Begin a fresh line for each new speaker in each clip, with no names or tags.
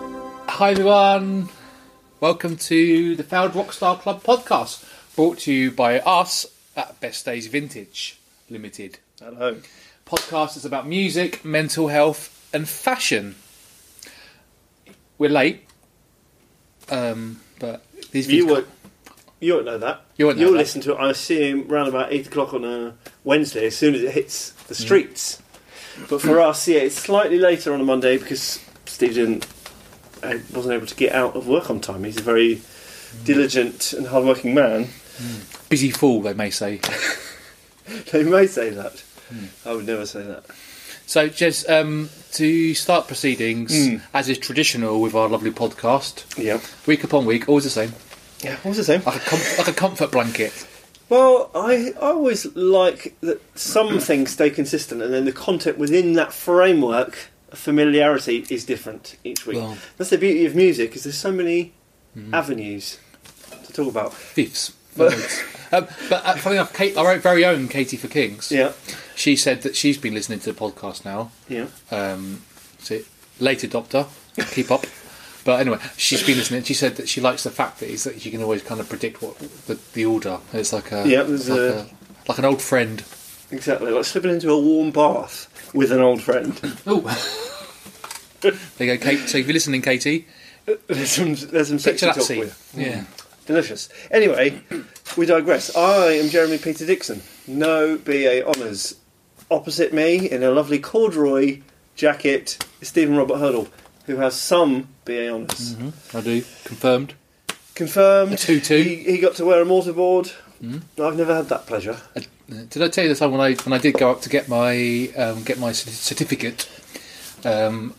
Hi everyone, welcome to the Failed Rockstar Club podcast, brought to you by us at Best Days Vintage Limited.
Hello.
Podcast is about music, mental health, and fashion. We're late, um, but these
You
things-
won't, you won't know that.
You won't know
will
that.
listen to it, I assume, round about 8 o'clock on a Wednesday as soon as it hits the
Mm.
streets. But for us, yeah, it's slightly later on a Monday because Steve didn't, uh, wasn't able to get out of work on time. He's a very
Mm.
diligent and hardworking man.
busy fall, they may say.
They may say that.
Mm.
I would never say that.
So, just um, to start proceedings, as is traditional with our lovely podcast,
Yeah.
week upon week, always the same,
Yeah, what was the same?
like a, com- like a comfort blanket.
Well, I, I always like that some things stay consistent, and then the content within that framework of familiarity is different each week.
Well- mm-hmm.
That's the beauty of music, is there's so many avenues to talk about.
thieves. But, um, but uh, funny enough, Kate, our very own Katie for Kings,
Yeah,
she said that she's been listening to the podcast now.
yeah.
Um, so later, Doctor, keep up. But anyway, she's been listening. She said that she likes the fact that, is that you can always kind of predict what the, the order. It's like a
Yeah, uh,
it's
there's
like,
a-
like an old friend.
Exactly, like slipping into a warm bath with an old friend.
Oh, there you go, Kate. So if you're listening, Katie,
there's some, there's some
picture
sexy
that
talk
scene.
with.
Yeah,
Delicious. Anyway, we digress. I am Jeremy Peter Dixon, no BA honours. Opposite me, in a lovely corduroy jacket, is Stephen Robert Hurdle, who has some BA honours.
I do confirmed.
Confirmed.
Mm-hmm. A tutu. Mm.
He, he got to wear a mortarboard. I've never had that pleasure.
I- Uh, Did I tell you the time when I when I did go up to get my um, get my certi- certificate? Um,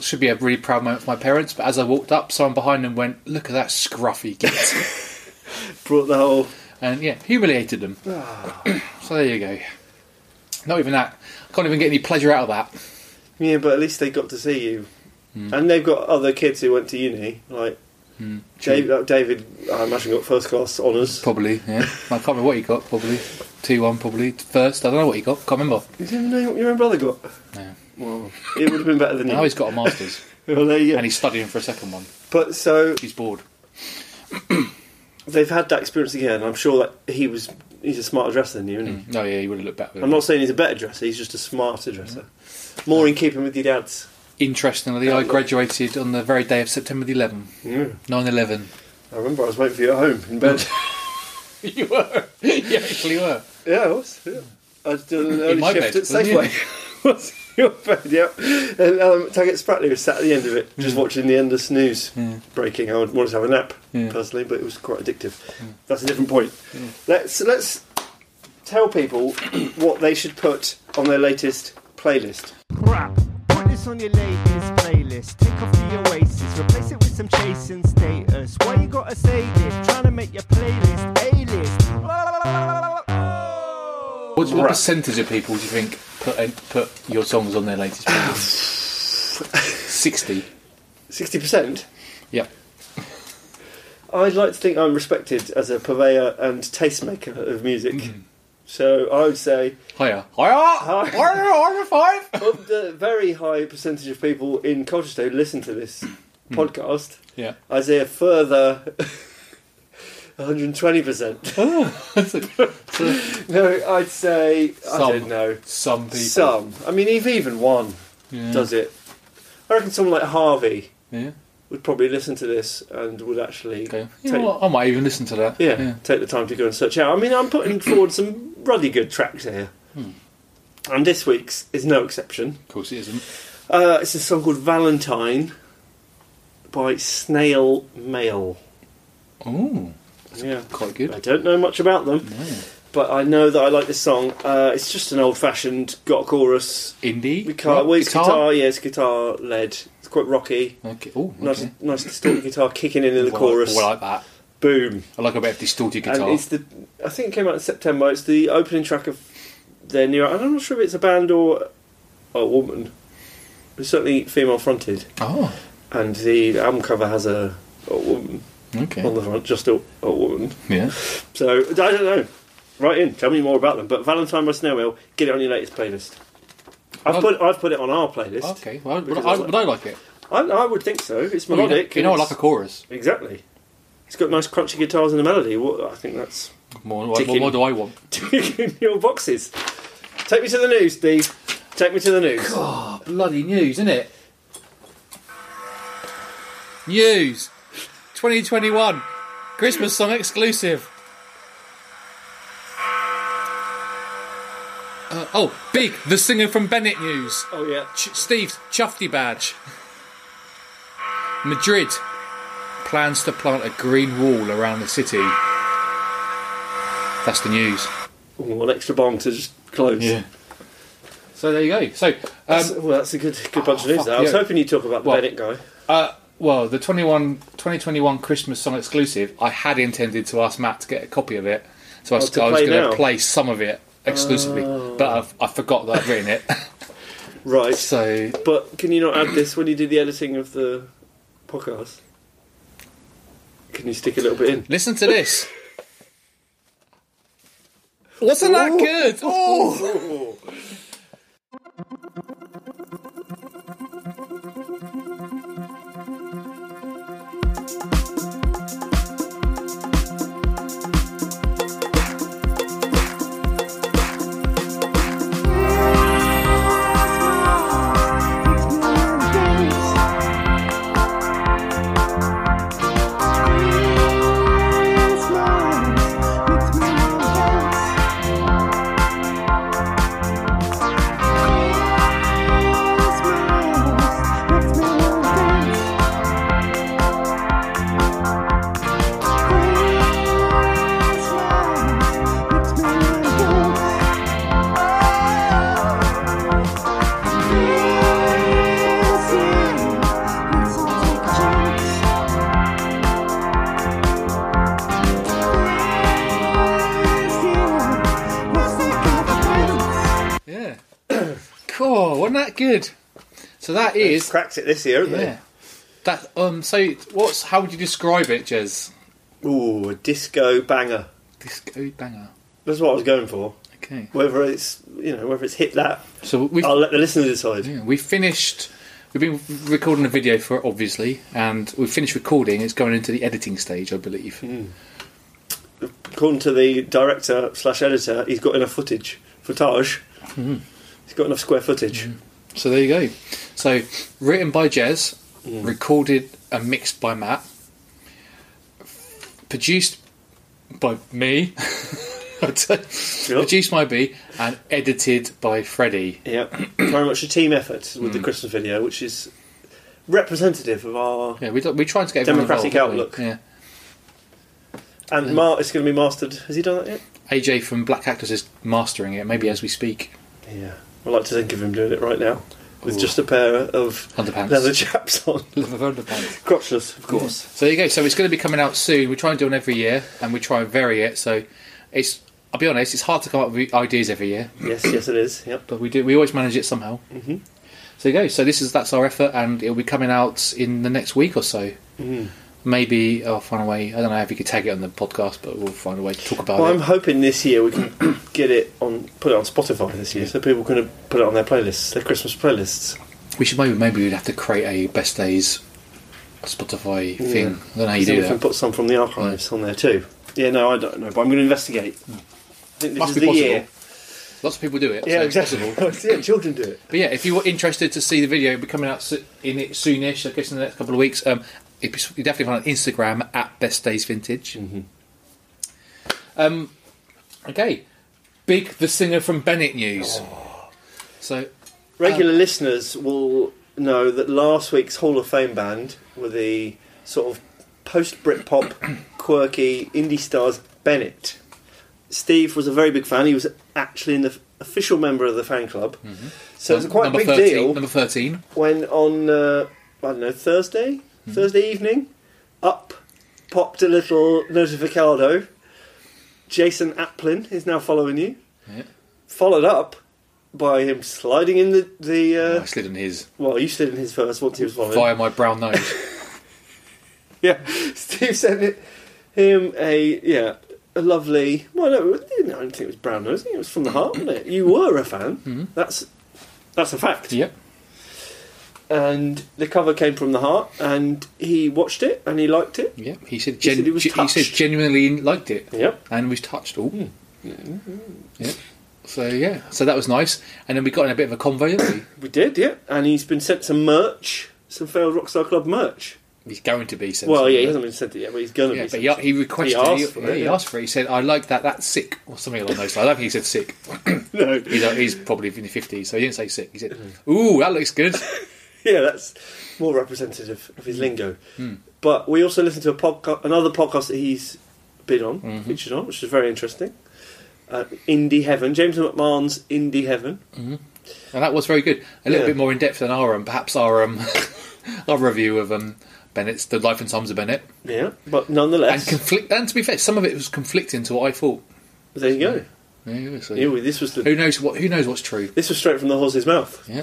should be a really proud moment for my parents, but as I walked up, someone behind them went, "Look at that scruffy git,"
Brought the whole.
and yeah, humiliated them.
Ah.
so there you go. Not even that. I can't even get any pleasure out of that.
Yeah, but at least they got to see you.
Mm.
And they've got other kids who went to uni, like. Dave, uh, David, I imagine, got first class honours.
Probably, yeah. I can't remember what he got. Probably two one. Probably first. I don't know what he got. Can't remember.
You don't know what your own brother got.
No.
Well, it would have been better than you.
Now he's got a masters
Well, there you go.
and he's studying for a second one.
But so
He's bored.
they've had that experience again. I'm sure that he was he's a smarter dresser than you, isn't he?
No, Oh, yeah, he would have looked better.
I'm not saying he's a better dresser. He's just a smarter dresser, more in keeping with your dad's.
Interestingly, I graduated on the very day of September the 11th,
Yeah.
9 11.
I remember I was waiting for you at home in bed.
You were. You actually were.
yeah, I was. Yeah. I was doing an
my
early
bed,
shift at
wasn't you?
Safeway. was in your bed? Yeah. And um, Taggart Spratley was sat at the end of it, just watching the end of snooze breaking. I wanted to have a nap
Yeah.
personally, but it was quite addictive. That's a different point. Let's let's tell people what they should put on their latest playlist.
crap. Put this on your latest playlist. Take off the Oasis, replace it with some chasing status. Why you gotta say this? Trying to make your playlist A-list.
What, what
Right.
percentage of people do you think put in, put your songs on their latest playlist? 60.
Sixty percent.
Yeah.
I'd like to think I'm respected as a purveyor and tastemaker of music. So I would say
Higher. Higher! Higher! Higher five!
of the very high percentage of people in Colchester who listen to this
Hmm.
podcast,
Yeah.
I'd say a further 120%. No, I'd say, I
Some.
don't know,
Some people.
some. I mean, if even one
Yeah.
does it. I reckon someone like Harvey
Yeah.
would probably listen to this and would actually
Okay. You
take,
know what? I might even listen to that.
yeah, take the time to go and search out. I mean, I'm putting forward some ruddy good tracks here.
Hmm.
And this week's is no exception.
Of course it isn't.
Uh, it's a song called Valentine by Snail Mail.
Oh,
Yeah.
quite good.
I don't know much about them, but I know that I like this song. Uh, it's just an old fashioned got chorus.
Indie?
We can't, well, it's guitar? yeah, it's guitar led. It's quite rocky.
Okay. Oh,
Nice,
okay.
nice distorted guitar kicking in in the
Well,
chorus.
well, I like that.
Boom.
I like a bit of distorted
And
guitar.
it's the, I think it came out in September. It's the opening track of their new. I'm not sure if it's a band or a woman. It's certainly female fronted.
Oh,
and the album cover has a, a woman on
okay.
the front, just a, a woman.
Yeah.
So I don't know. Write in, tell me more about them. But Valentine by Snowwheel, get it on your latest playlist. I've
Well-
put I've put it on our playlist.
Okay. Well, would,
Because
I,
I-
would I like it?
I, I would think so. It's
Well, you know-
melodic.
you know, I
and
like a chorus.
it's- exactly. It's got nice crunchy guitars and a melody. Well, I think that's
More, what,
Ticking.
what do I want?
ticking your boxes. Take me to the news, Steve. Take me to the news.
Oh, bloody news, isn't it? News 2021 Christmas song exclusive. Uh, oh, Big, the singer from Bennett News.
Oh yeah.
Ch- Steve's Chuffy badge. Madrid plans to plant a green wall around the city. That's the news.
Ooh, an extra bomb to just close.
So there you go. So, um,
That's- well, that's a good good bunch of news.
Ah, fuck,
There. I was
yeah.
hoping you'd talk about the
Well-
Bennett guy.
Uh, well, the 21, 2021 Christmas song exclusive, I had intended to ask Matt to get a copy of it. So I, was-
Oh, to
I was
play
going
now? Oh.
to play some of it exclusively. But I've, I forgot that I've written it.
Right.
so,
But can you not add this when you do the editing of the podcast? Can you stick a little bit in?
listen to this. Wasn't that good? Oh!
Oh.
Yeah. cool, wasn't that good? So that is.
Cracked it this year, haven't
Yeah. That, um, so, what's how would you describe it, Jez?
they? Ooh, a disco banger.
Disco banger.
That's what I was going for.
Okay.
Whether it's you know whether it's hit that,
So we've
I'll let the listener decide.
Yeah, we finished. We've been recording a video for it, obviously, and we finished recording. It's going into the editing stage, I believe.
According to the director slash editor, he's got enough footage, footage.
Mm-hmm.
He's got enough square footage.
So there you go. So written by Jez, recorded and mixed by Matt, produced by me, produced by me, and edited by Freddie.
Yeah, very much a team effort with
Mm.
the Christmas video, which is representative of our.
Yeah, we don't- we tried to get everyone
Democratic
involved, didn't we? Yeah.
And Mar- it's going to be mastered. Has he done that yet?
AJ from Black Actors is mastering it, maybe as we speak.
Yeah, I like to think of him doing it right now with just a pair of
Underpants.
leather chaps on, crotchless, of course.
So there you go. So it's going to be coming out soon. We try and do one every year, and we try and vary it. So it's, I'll be honest, it's hard to come up with ideas every year,
yes, yes, it is. Yep.
but we do. We always manage it somehow. Mm-hmm. So there you go. So this is that's our effort, and it'll be coming out in the next week or so.
Mm-hmm.
Maybe I'll find a way. I don't know if we could tag it on the podcast, but we'll find a way to talk about
Well,
it.
I'm hoping this year we can get it on, put it on Spotify this year, so people can put it on their playlists, their Christmas playlists.
We should maybe maybe we'd have to create a best days Spotify thing. I don't know how you
Then
do
we can
that.
put some from the archives on there too. Yeah, no, I don't know, but I'm going to investigate. I think this
Must
is
be
the
possible.
year.
Lots of people do it.
Yeah,
so it's
exactly.
possible.
yeah, children do it.
But yeah, if you were interested to see the video, it'll be coming out so- in it soonish. I guess in the next couple of weeks. Um, it be- you definitely find it on Instagram at Best Days Vintage.
Mm-hmm.
Um, okay, Big the singer from Bennett News.
Oh.
So
Regular
Um,
listeners will know that last week's Hall of Fame band were the sort of post Britpop, quirky indie stars Bennett. Steve was a very big fan. He was actually an official member of the fan club. So it was a quite
Mm-hmm. number
big
13,
deal
Number thirteen.
when on, uh, I don't know, Thursday?
Mm-hmm.
Thursday evening? Up popped a little notificado. Jason Applin is now following you.
Yeah.
Followed up by him sliding in the, the uh,
I slid on his
well, you slid in his first once he was following.
via my brown nose.
Yeah, Steve sent it, him a yeah a lovely. Well, no, I don't think it was brown nose. I think it was
Mm-hmm.
from the heart, wasn't it? You were a fan. That's that's a fact.
yep.
and the cover came from the heart, and he watched it and he liked it.
Yeah, he said,
He
gen-
said he was
ge- he said
touched. Hmm.
genuinely liked it
Yep.
and was touched. All.
mm-hmm.
Yeah. So yeah, so that was nice. And then we got in a bit of a convo, didn't we?
We did, yeah. And he's been sent some merch, some failed Rockstar Club merch.
He's going to be. Sent
well,
something,
yeah, he
right?
hasn't been sent it yet, but he's gonna
Yeah,
be.
but
sent
he,
it.
he requested.
He asked
he-
for
yeah,
it,
he
yeah.
asked for it. He said, "I like that. That's sick," or something along those lines. I don't think he said sick.
No,
He's, he's probably in the fifties, so he didn't say sick. He said, "Ooh, that looks good."
yeah, that's more representative of his lingo.
Hmm.
But we also listened to a podcast, another podcast that he's been on,
Mm-hmm.
featured on, which is very interesting. Uh, Indie Heaven, James McMahon's Indie Heaven.
And that was very good. A little
Yeah.
bit more in depth than our um, perhaps our um, our review of um, Bennett's The Life and Times of Bennett.
Yeah, but
And
nonetheless,
conflict and to be fair, some of it was conflicting to what I thought.
there you go.
Yeah, so-
Yeah, well, this was the
Who knows what who knows what's true.
this was straight from the horse's mouth.
Yeah.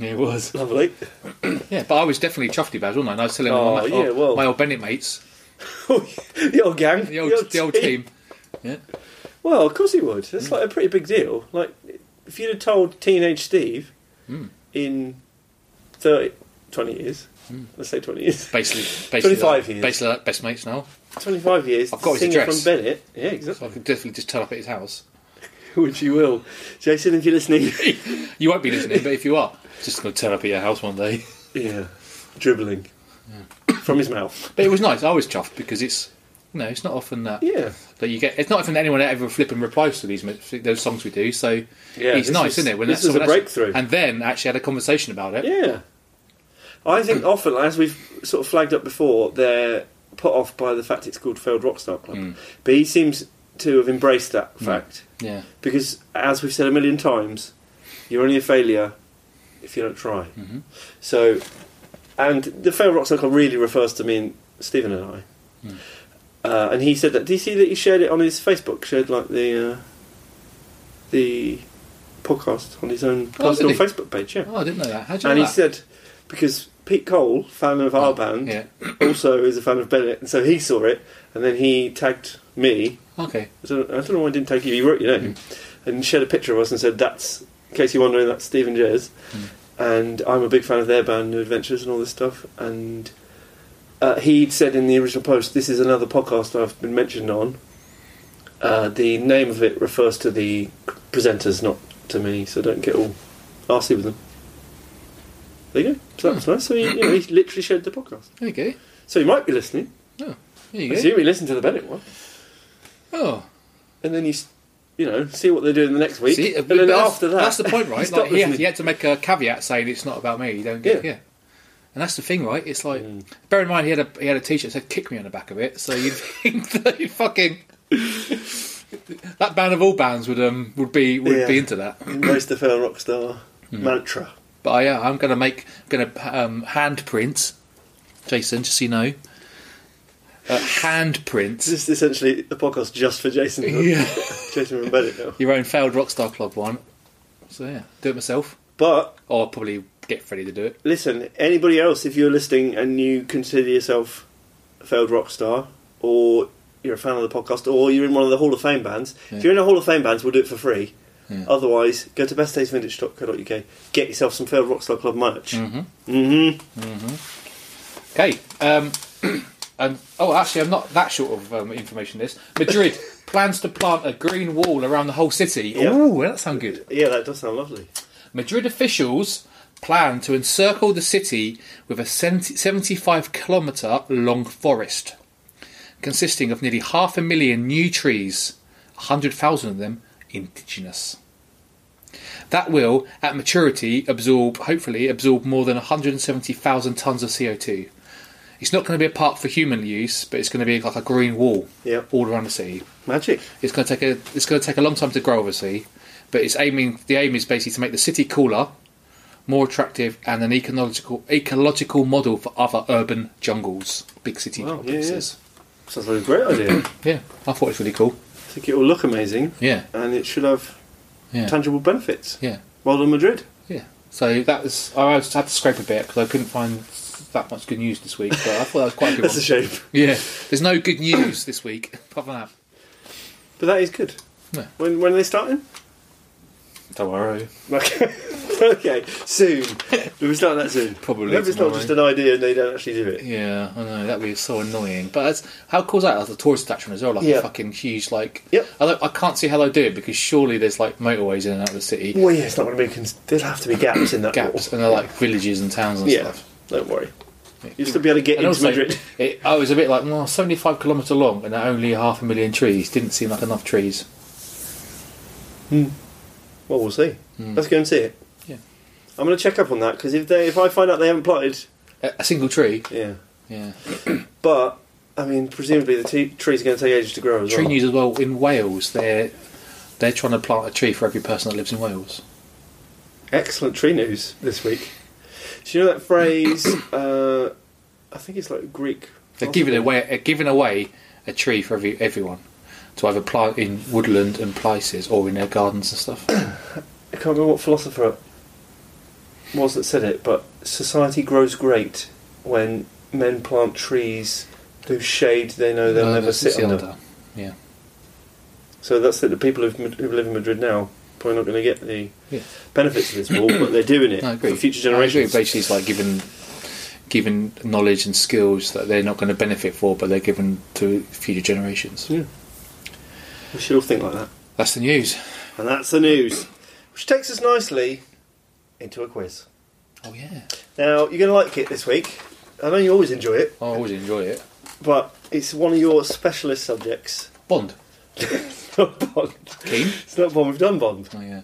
It was.
Lovely.
Yeah, but I was definitely chuffed about it, wasn't I? And I was telling
Oh,
my, my,
yeah, well.
my old Bennett mates,
the old gang,
the old, the old team. Hmm. Yeah.
Well, of course he would. That's like a pretty big deal. Like, if you'd have told teenage Steve
Hmm.
in 30, 20 years,
Hmm.
let's say 20 years,
Basically, basically
25
like,
years.
basically like best mates now.
25 years,
I've got
the
his
singer
address.
from Bennett, yeah, exactly,
So I could definitely just turn up at his house.
which you will. Jason, if you're listening,
You won't be listening, but if you are, just gonna turn up at your house one day.
yeah, dribbling from his mouth.
But it was nice. I was chuffed because it's you know, it's not often that
Yeah,
that you get. It's not often that anyone ever flip and replies to these mi- those songs we do. So
Yeah,
it's
this
nice,
was-
isn't it?
this
that-
was a
someone else-
breakthrough.
And then actually had a conversation about it.
yeah. I think often, as we've sort of flagged up before, they're put off by the fact it's called Failed Rockstar Club.
Mm.
But he seems to have embraced that fact.
Yeah.
Because, as we've said a million times, you're only a failure if you don't try.
Mm-hmm.
So, and the fail rock circle really refers to me and Stephen and I.
Hmm.
Uh, and he said that. Do you see that he shared it on his Facebook? Shared like the uh, the podcast on his own
Oh, did
personal
he?
Facebook page, yeah.
Oh, I didn't know that. How do you
and
know
he
that?
said because Pete Cole, fan of our
Oh,
band,
Yeah.
also is a fan of Bennett, and so he saw it, and then he tagged me
Okay.
I don't, I don't know why I didn't take you. You wrote your name
Hmm.
and shared a picture of us and said, "That's in case you're wondering, that's Stephen Jez,
Hmm.
and I'm a big fan of their band, New Adventures, and all this stuff." And uh, he'd said in the original post, "This is another podcast I've been mentioned on." Uh, the name of it refers to the presenters, not to me, so don't get all arsy with them. There you go. So
Hmm.
that was nice. So he, you know, he literally shared the podcast.
There you go.
So he might be listening.
There
I
you go.
assume he listened to the Bennett one
Oh,
and then you, s- you know, see what they're doing the next week,
see,
and
but
then
that's-
after that,
that's the point,
you
right?
stop
Like, he, had,
listening.
he had to make a caveat saying it's not about me. You don't get
Yeah.
yeah. Mm. And that's the thing, right? It's like, bear in mind he had a he had a T-shirt that said "Kick me" on the back of it, so you'd think that you fucking that band of all bands would um would be would
Yeah.
be into that.
embrace the fail rock star
Hmm.
mantra.
But uh, yeah, I'm gonna make gonna um, handprints, Jason, just so you know. Uh, handprints.
This is essentially the podcast just for Jason. Jason from Bennett now.
Your own failed rockstar club one. So yeah, do it myself,
But
or I'll probably get Freddie to do it.
listen, anybody else, if you're listening and you consider yourself a failed rock star, or you're a fan of the podcast, or you're in one of the Hall of Fame bands, if you're in a Hall of Fame bands, we'll do it for free. Otherwise, go to bestdaysvintage.co.uk, get yourself some failed rockstar club merch.
Mm-hmm. Okay. Um, and oh, actually, I'm not that short of um, information. This Madrid plans to plant a green wall around the whole city.
Yeah.
Ooh, that sounds good.
Yeah, that does sound lovely.
Madrid officials plan to encircle the city with a 70 75 kilometre long forest consisting of nearly half a million new trees, 100,000 of them indigenous. That will, at maturity, absorb, hopefully, absorb more than 170,000 tonnes of CO2. It's not going to be a park for human use, but it's going to be like a green wall
Yep.
all around the city.
Magic.
It's going to take a it's going to take a long time to grow, obviously, but it's aiming the aim is basically to make the city cooler, more attractive, and an ecological ecological model for other urban jungles, big city
Wow, yeah,
places.
Sounds like a great idea.
Yeah, I thought it was really cool.
I think it will look amazing.
Yeah,
and it should have
yeah,
tangible benefits.
yeah,
Well done, Madrid.
yeah. So that was I was- had to scrape a bit because I couldn't find that much good news this week, but I thought that was quite a good
That's
one.
a shame,
yeah, there's no good news this week apart from that.
but that is good.
No.
When when are they starting?
Tomorrow.
Like, okay, soon. Do we start that soon?
Probably
I hope it's not
tomorrow.
just an idea and they don't actually do it.
Yeah, I know that'd be so annoying. But that's, how cool is that? That's a tourist attraction as well, like
Yeah.
a fucking huge like.
Yep.
I, don't- I can't see how they do it because surely there's like motorways in and out of the city,
Well, yeah, it's not going to be. Cons- There'll have to be gaps in that.
gaps,
wall.
and they're like villages and towns and
Yeah,
stuff.
don't worry. You'll still be able to get
And
into
also,
Madrid.
it, I was a bit like, well, 75 kilometre long and only half a million trees. Didn't seem like enough trees.
Well, we'll see. Let's go and see it.
Hmm. Yeah.
I'm going to check up on that because if they, if I find out they haven't plotted,
A, a single tree.
yeah.
Yeah.
But I mean, presumably the te- trees are going to take ages to grow as
Tree
well.
news as well in Wales. They're they're trying to plant a tree for every person that lives in Wales.
Excellent tree news this week. Do you know that phrase? uh, I think it's like Greek.
They're giving away they're giving away a tree for every everyone to either plant in woodland and places or in their gardens and stuff.
I can't remember what philosopher it was that said it, but society grows great when men plant trees whose shade they know they'll
Uh,
never
that's-
sit
that's the
under.
other. Yeah,
So that's it. The people who've, who live in Madrid now probably not going to get the
Yeah.
benefits of this wall, but they're doing it
No, I agree.
for future
I
generations.
agree. Basically, it's like giving giving knowledge and skills that they're not going to benefit for, but they're given to future generations.
Yeah. We should all think like that.
That's the news.
And that's the news, which takes us nicely into a quiz.
Oh yeah,
Now you're going to like it this week. I know you always enjoy it,
Oh, I always enjoy it.
but it's one of your specialist subjects.
Bond,
Not Bond.
keen.
It's not Bond. We've done Bond.
Oh yeah.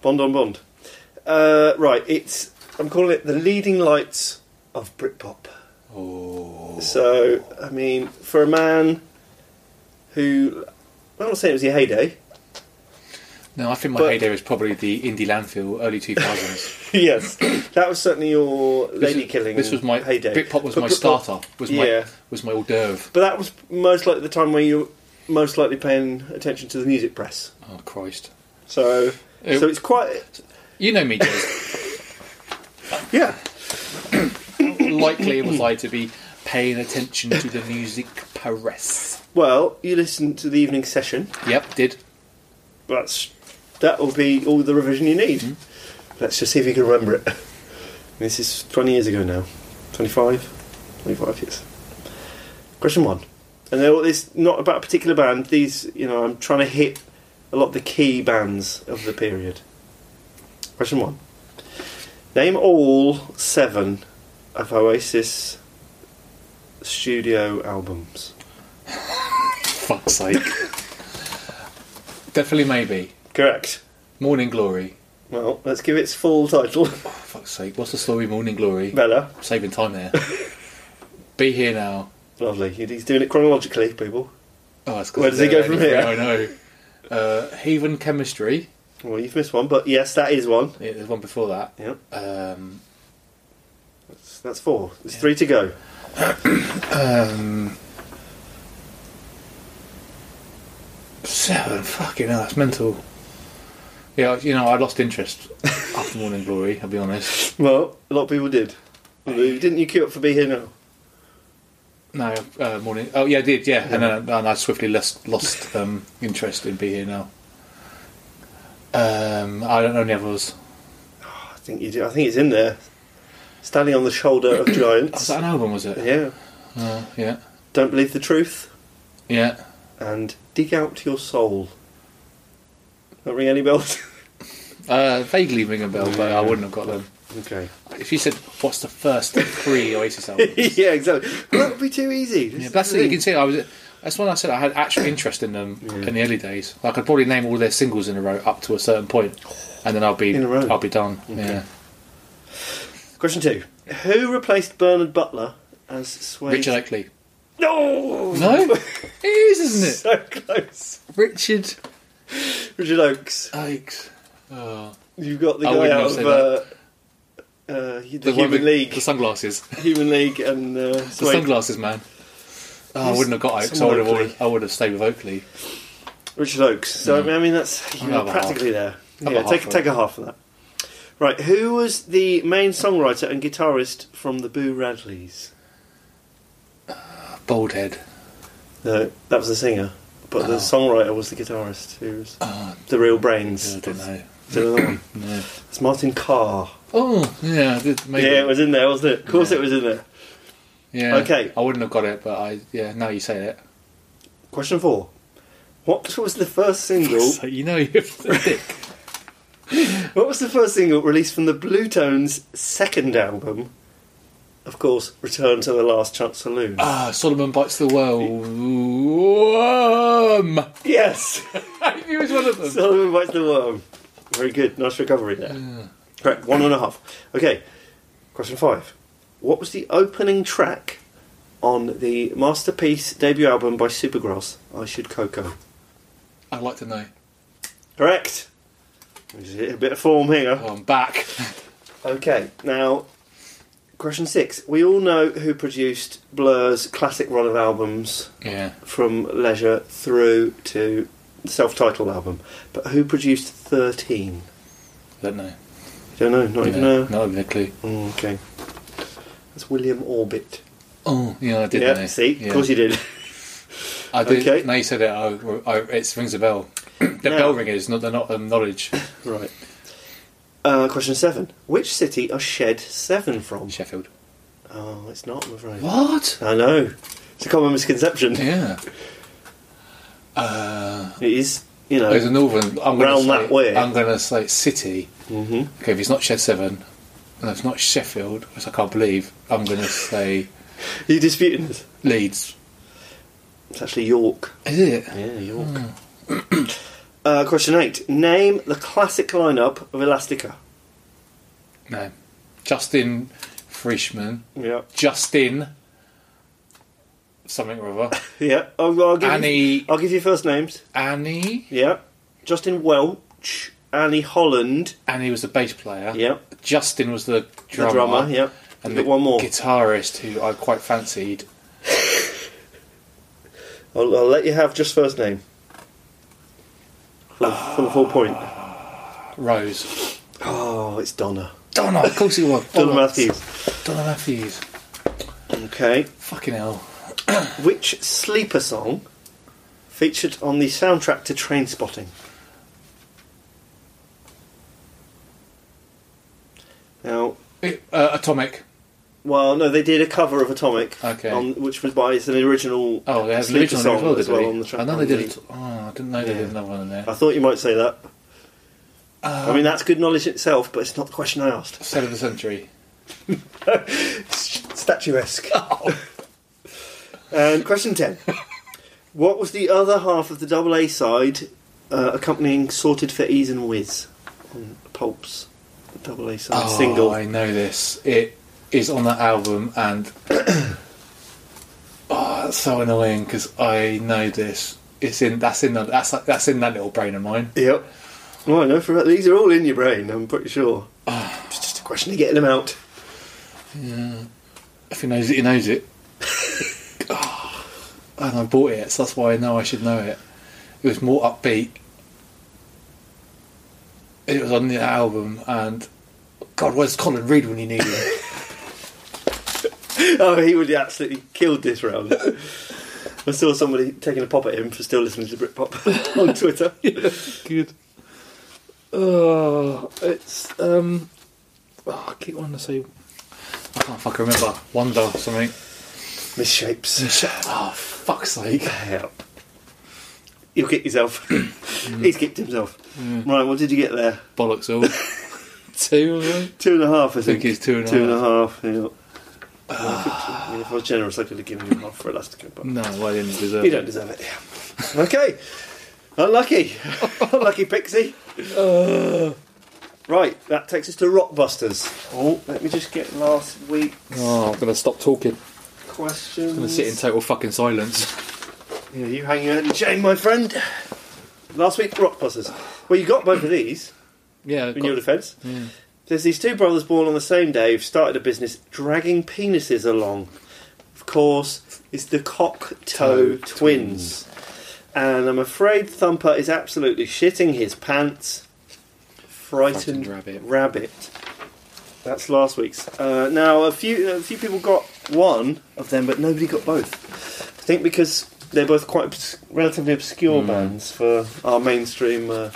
Bond on Bond. Uh, right. It's. I'm calling it the leading lights of Britpop.
Oh.
So, I mean, for a man who, I'm not saying it was your heyday.
No, I think my
But-
heyday was probably the indie landfill, early two thousands.
yes, that was certainly your
This
lady
was-
killing.
This was my
heyday.
Britpop was
But
my
Britpop-
starter. Was my
Yeah.
was my hors d'oeuvre.
But that was most likely the time where you were most likely paying attention to the music press.
Oh Christ!
So,
It-
so it's quite
You know me, Jez.
yeah.
Likely was I to be paying attention to the music press.
Well, you listened to the evening session.
Yep, did.
That's that will be all the revision you need. Let's just see if you can remember it. This is 20 years ago now. 25? 25 years. Question one. And they're all, it's not about a particular band. These, you know, I'm trying to hit a lot of the key bands of the period. Question one. Name all seven of Oasis studio albums.
Fuck's sake. Definitely, maybe.
Correct.
Morning Glory.
Well, let's give its full title.
Oh, fuck's sake! What's the story? Morning Glory.
Bella.
Saving time here. be here now.
Lovely. He's doing it chronologically, people.
Oh, that's
Where does it go from here?
I know. Uh, Heathen Chemistry.
Well, you've missed one, but yes, that is one.
Yeah, there's one before that.
Yep.
Um,
That's, that's four. There's three to go.
Um, seven. Fucking hell, that's mental. Yeah, you know, I lost interest after Morning Glory. I'll be honest.
Well, a lot of people did. Although, Didn't you queue up for Be Here Now?
No, uh, morning. Oh yeah, I did. Yeah, and, uh, and I swiftly lost lost um, interest in Be Here Now. Um, I don't know any others.
I think you do. I think it's in there. Standing on the shoulder of
Was
giants.
that an album? Was it?
yeah.
Uh, yeah,
Don't believe the truth
yeah.
and dig out your soul. Not ring any bells.
Uh, vaguely ring a bell, but I wouldn't have got them.
okay.
If you said, "What's the first three Oasis albums?"
yeah, exactly. Well, that would be too easy. This
Yeah,
is
but that's
the
it. You
thing.
can see. I was. That's when I said I had actual interest in them in the early days. I could probably name all their singles in a row up to a certain point, and then I'll be
In a row.
I'll be done. Yeah.
Question two. Who replaced Bernard Butler as Swayze?
Richard Oakley.
No!
No, it is, isn't
so close.
it? Richard
Richard Oakes.
Oakes. Oh,
You've got the
I
guy
wouldn't
out
have
of
said
uh, uh,
one
the, Human
with
League,
the sunglasses,
Human League, and uh,
the
Swayze.
sunglasses man. Oh, I
Who's-
wouldn't have got Oakes. I
someone
would have.
Oakley.
I would have stayed with Oakley.
Richard Oakes. So
Mm.
I mean, that's you know,
Another half.
practically there.
Another
Yeah,
half
take
for
take
it.
a half of that. Right, who was the main songwriter and guitarist from the Boo Radleys?
Bald head.
No, that was the singer, but the
Oh.
songwriter was the guitarist. Who was
Oh,
the real
I
brains?
don't know.
Still another one.
Yeah.
It's Martin Carr.
Oh, yeah, I did maybe.
Yeah, it was in there, wasn't it? Of course, it was in there.
Yeah.
Okay.
I wouldn't have got it, but I yeah. Now you say it.
Question four. What was the first single?
So you know you're thick.
What was the first single released from the Blue Tones' second album? Of course, Return to the Last Chance Saloon.
Ah, Solomon bites the worm.
yes!
he was one of them.
Solomon Bites the Worm. Very good. Nice recovery there. Correct. One and a half. Okay. Question five. What was the opening track on the masterpiece debut album by Supergrass, I Should Coco?
I'd like to know.
Correct. Just hit A bit of form here.
Oh, I'm back.
Okay, now question six. We all know who produced Blur's classic run of albums
Yeah.
from Leisure through to self-titled album, but who produced thirteen?
I don't know.
Don't know. Not even
yeah.
a.
Not even a clue.
Mm, okay, that's William Orbit.
Oh, yeah, I did
yeah,
know.
see,
yeah.
of course you did.
I did.
Okay.
Now you said it. I, I, it rings a bell. the
Now-
bell ringers, not they're not um, knowledge.
right. Uh, question seven. Which city are Shed Seven from?
Sheffield.
Oh, it's not. I'm afraid.
What?
I know. It's a common misconception.
Yeah. Uh,
It is. You know.
there's a northern. I'm gonna
Round
say,
that way.
I'm going to say city.
hmm
Okay, if it's not Shed Seven, and if it's not Sheffield, which I can't believe, I'm going to say
Are you disputing this?
Leeds.
It's actually York.
Is it?
Yeah, York. uh, question eight. Name the classic lineup of Elastica.
No. Justin Frischman.
Yeah.
Justin. Something or other.
Yeah. I'll, I'll give You,
Annie.
I'll give you first names.
Annie.
Yeah. Justin Welch. Annie Holland.
Annie was the bass player.
Yeah.
Justin was the drummer.
The Uh, drummer. Yeah.
And
And
the
one more.
guitarist who I quite fancied.
I'll, I'll let you have just first name. Full, full, full point.
Rose.
Oh, it's Donna.
Donna. Of course he was.
Donna Matthews.
Donna Matthews.
Okay.
Fucking hell.
Which sleeper song featured on the soundtrack to Train Spotting? Now,
Uh, Atomic.
well, no, they did a cover of Atomic,
Okay.
on, which was by it's an original.
Oh, they had an
Sleeper
original
song
as well,
as
did
well
they?
on the track-
I know
on
they did.
the-
it. Oh, I didn't know they
Yeah.
did another one in there.
I thought you might say that. I
Uh,
mean, that's good knowledge in itself, but it's not the question I asked.
Set of the century.
Statuesque. and question ten: What was the other half of the double A side uh, accompanying "Sorted for Ease and Whiz" on Pulp's double A side
Oh,
single?
I know this. It is on that album, and oh, that's so annoying because I know this. It's in that's in the, that's that's in that little brain of mine.
Yep. Well, I know for a fact these are all in your brain. I'm pretty sure. it's just a question of getting them out.
If he knows it, he knows it. Oh, and I bought it, so that's why I know I should know it. It was more upbeat. It was on the album, and God, where's Colin Reed when you need him?
Oh, he would have absolutely killed this round. I saw somebody taking a pop at him for still listening to Britpop on Twitter.
Good. Oh, it's um. oh, I keep wanting to say. I can't fucking remember. Wonder or something.
Misshapes.
Oh, fuck's sake.
Help. You'll kick yourself. He's kicked himself. Right, what did you get there?
Bollocks all. Two of them.
Two and a half, I think.
think it's two and a
Two and a half, yeah. Well, I could- I mean, if I was generous, I could have given you half for Elastica, but
No, well, I didn't deserve
you
it.
don't deserve it. yeah. Okay. Unlucky. Unlucky Pixie.
Uh.
Right, that takes us to Rockbusters. Oh, let me just get last week's
Oh, I'm gonna stop talking. I'm
questions.
gonna sit in total fucking silence.
Yeah, you hang your head in shame, my friend. Last week, rock buzzers. Well, you got both of these
Yeah.
in
got-
your defence. There's these two brothers born on the same day who've started a business dragging penises along. Of course, it's the Cock Toe
Toe
twins. And I'm afraid Thumper is absolutely shitting his pants.
Frightened
Frightened,
rabbit.
rabbit. That's last week's. Uh, now, a few a few people got one of them, but nobody got both. I think
Hmm.
because they're both quite obs- relatively obscure bands for our mainstream uh,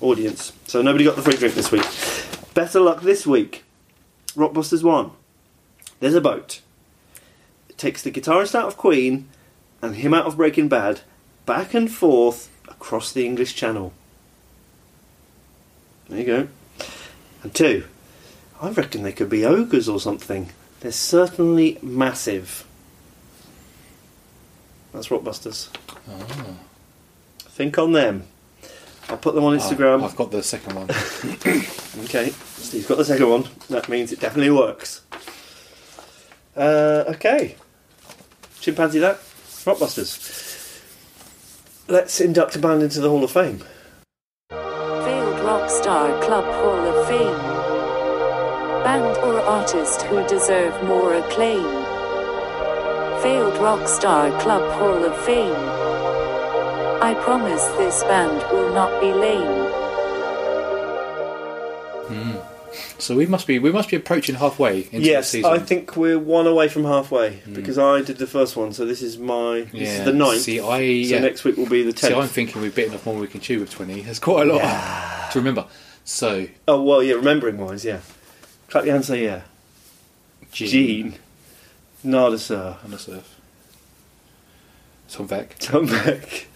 audience. So nobody got the free drink this week. Better luck this week. Rockbusters 1. There's a boat. It takes the guitarist out of Queen and him out of Breaking Bad back and forth across the English Channel. There you go. And two, I reckon they could be ogres or something. They're certainly massive. That's Rockbusters. Think on them. I'll put them on Instagram.
Oh, I've got the second one.
Okay, Steve's got the second one. That means it definitely works. Uh, okay. Chimpanzee that. Rockbusters. Let's induct a band into the Hall of Fame.
Failed Rockstar Club Hall of Fame. Band or artist who deserve more acclaim. Failed Rockstar Club Hall of Fame. I promise this band will not be lame.
so we must be we must be approaching halfway into the
yes,
season. Mm.
I think we're one away from halfway because I did the first one, so this is my this is
Yeah.
the ninth.
See, I
so
yeah.
next week will be the
See, I'm
tenth.
thinking we've bitten off more than we can chew with 20. There's quite a lot to remember. So,
oh well, yeah, remembering wise, yeah. Clap your hands, say yeah.
Gene.
Gene, Nada Sir,
On the surf. Tom Beck.
Tom Beck,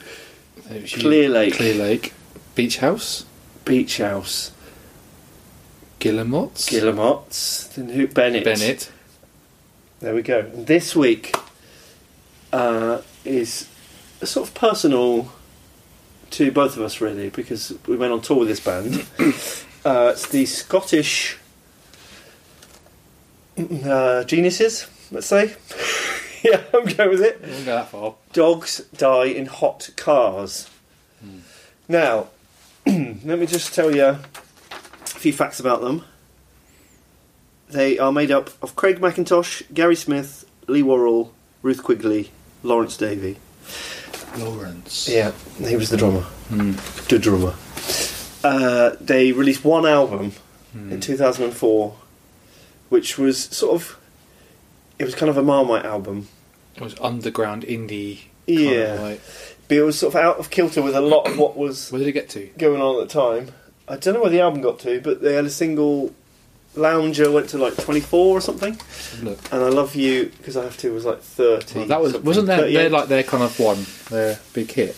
It was you.
Clear Lake,
Clear Lake. Beach House.
Beach House,
Guillemots.
Guillemots, then who? Bennett.
Bennett.
There we go. This week uh, is sort of personal to both of us, really, because we went on tour with this band. uh, it's the Scottish uh, geniuses, let's say. yeah, I'm going with it.
I won't go that far.
Dogs die in hot cars. Now, let me just tell you a few facts about them. They are made up of Craig McIntosh, Gary Smith, Lee Worrell, Ruth Quigley, Lawrence Davey.
Lawrence.
Yeah, he was the drummer.
Hmm.
The drummer. Uh, they released one album in 2004, which was sort of. It was kind of a Marmite album.
It was underground indie. kind of
Yeah.
like-
But it was sort of out of kilter with a lot of what was
where did it get to?
going on at the time. I don't know where the album got to, but they had a single. Lounger went to like 24 or something,
Look.
and I Love You because I Have to was like 30.
that was
something.
wasn't their, their
38.
like their kind of one their big hit.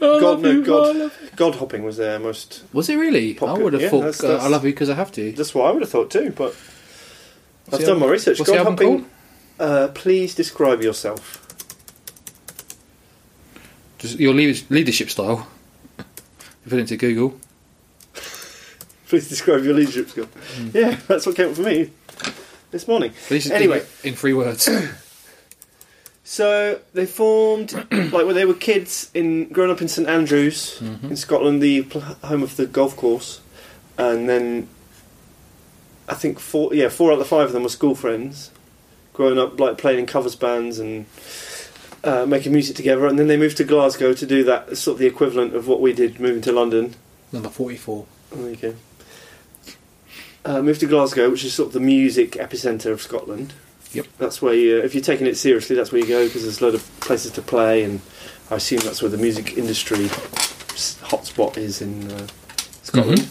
God, no, God, God Hopping was their most.
Was it really? I
Popular,
would have
yeah,
thought
that's-
uh, I
that's-
love you because I have to.
That's what I would have thought too, but
What's
I've
the
done
album-
my research.
what's the
God
album
Hopping. Uh, please describe yourself.
Just your lead- leadership style. You put it into Google.
Please describe your leadership skill.
Hmm.
Yeah, that's what came up for me this morning.
At least it did
Anyway.
it in three words.
So they formed like when they were kids in growing up in St Andrews in Scotland, the pl- home of the golf course, and then I think four yeah four out of the five of them were school friends, growing up like playing in covers bands and uh, making music together, and then they moved to Glasgow to do that sort of the equivalent of what we did moving to London.
Number forty-four.
Oh, There you go. Uh, moved to Glasgow, which is sort of the music epicentre of Scotland.
Yep.
That's where you, if you're taking it seriously, that's where you go because there's a lot of places to play, and I assume that's where the music industry s- hotspot is in uh, Scotland.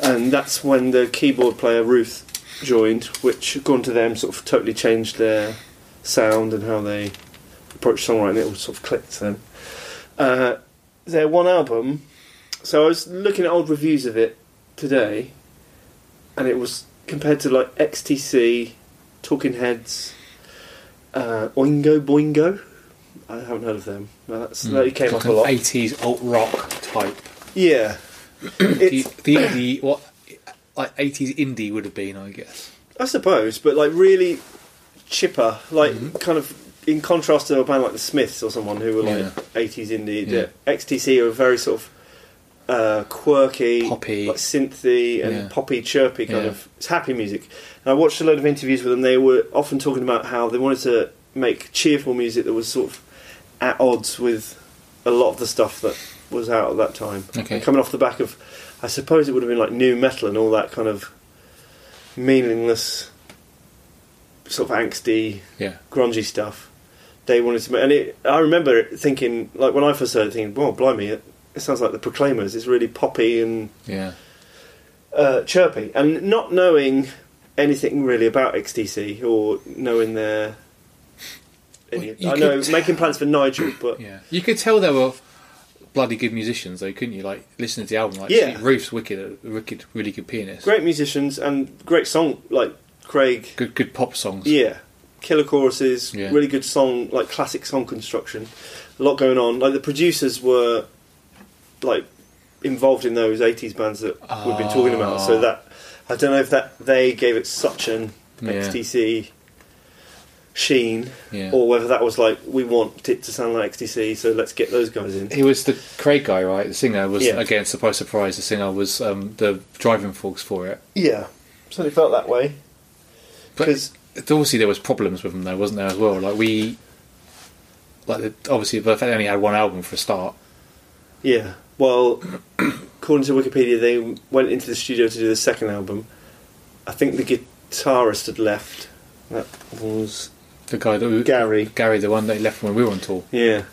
And that's when the keyboard player Ruth joined, which, according to them, sort of totally changed their sound and how they approached songwriting. It all sort of clicked then. Uh, their one album. So I was looking at old reviews of it today, and it was compared to like XTC, Talking Heads, uh, Oingo Boingo. I haven't heard of them. No, that's, They came
like
up a lot.
Eighties alt rock type.
Yeah.
The,
It's,
the indie what like eighties indie would have been, I guess.
I suppose, but like really chipper, like
Mm-hmm.
kind of in contrast to a band like the Smiths or someone who were like
Yeah.
80s indie.
Yeah.
the XTC are very sort of uh, quirky,
Poppy.
like synthy and
Yeah.
poppy, chirpy kind
Yeah.
of. It's happy music. And I watched a load of interviews with them. They were often talking about how they wanted to make cheerful music that was sort of at odds with a lot of the stuff that was out at that time.
Okay.
And coming off the back of, I suppose it would have been like new metal and all that kind of meaningless, sort of angsty,
Yeah.
grungy stuff. They wanted to, make, and it, I remember thinking, like when I first heard it, thinking, "Well, blimey, it sounds like the Proclaimers. It's really poppy and
Yeah.
uh, chirpy, and not knowing anything really about XTC or knowing their. Any,
Well, you
I know
could-
making plans for Nigel, but
Yeah. You could tell they were bloody good musicians, though, couldn't you? Like, listening to the album, like,
Yeah.
Steve Roof's wicked, a wicked, really good pianist.
great musicians and great song like Craig.
Good, good pop songs.
Yeah, killer choruses,
Yeah.
really good song, like classic song construction. A lot going on. Like the producers were like involved in those '80s bands that we've been talking about. So
Ah.
that I don't know if that they gave it such an
Yeah.
XTC sheen,
Yeah.
or whether that was like we want it to sound like XTC, so let's get those guys in.
He was the Craig guy, right? The singer was
Yeah.
again surprise, surprise. The singer was um, the driving force for it.
Yeah, certainly felt that way.
But
'Cause-
obviously there was problems with him, though, wasn't there as well? Like we, like the, obviously the fact they only had one album for a start.
Yeah. Well, according to Wikipedia, they went into the studio to do the second album. I think the guitarist had left. That was
The guy that we,
Gary.
Gary, the one that left when we were on tour,
Yeah.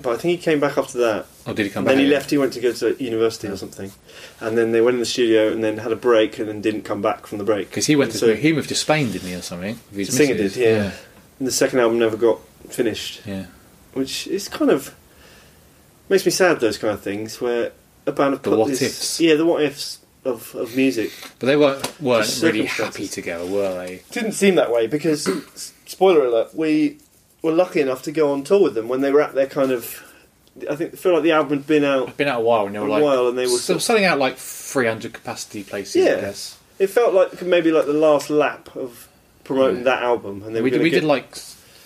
But I think he came back after that.
or did he come
then
back?
he left. He went to go to university or something, and then they went in the studio and then had a break and then didn't come back from the break
because he went to
So-
he moved to Spain, didn't he, or something? with his
The singer
missus?
did, yeah. And the second album never got finished,
yeah, yeah.
which is kind of makes me sad. Those kind of things where a band of
The what ifs.
yeah, the what ifs of of music.
But they weren't weren't
Just
really
circumstances.
happy together, were they?
Didn't seem that way because, s- spoiler alert, we were lucky enough to go on tour with them when they were at their kind of. I think feel like the album had been out.
Been out a while, and they were
A
like
while, and they were
still
sort of-
selling out like three hundred capacity places. I
Yeah.
guess.
It felt like maybe like the last lap of promoting
Yeah.
that album, and they were
we,
gonna
we
get-
did like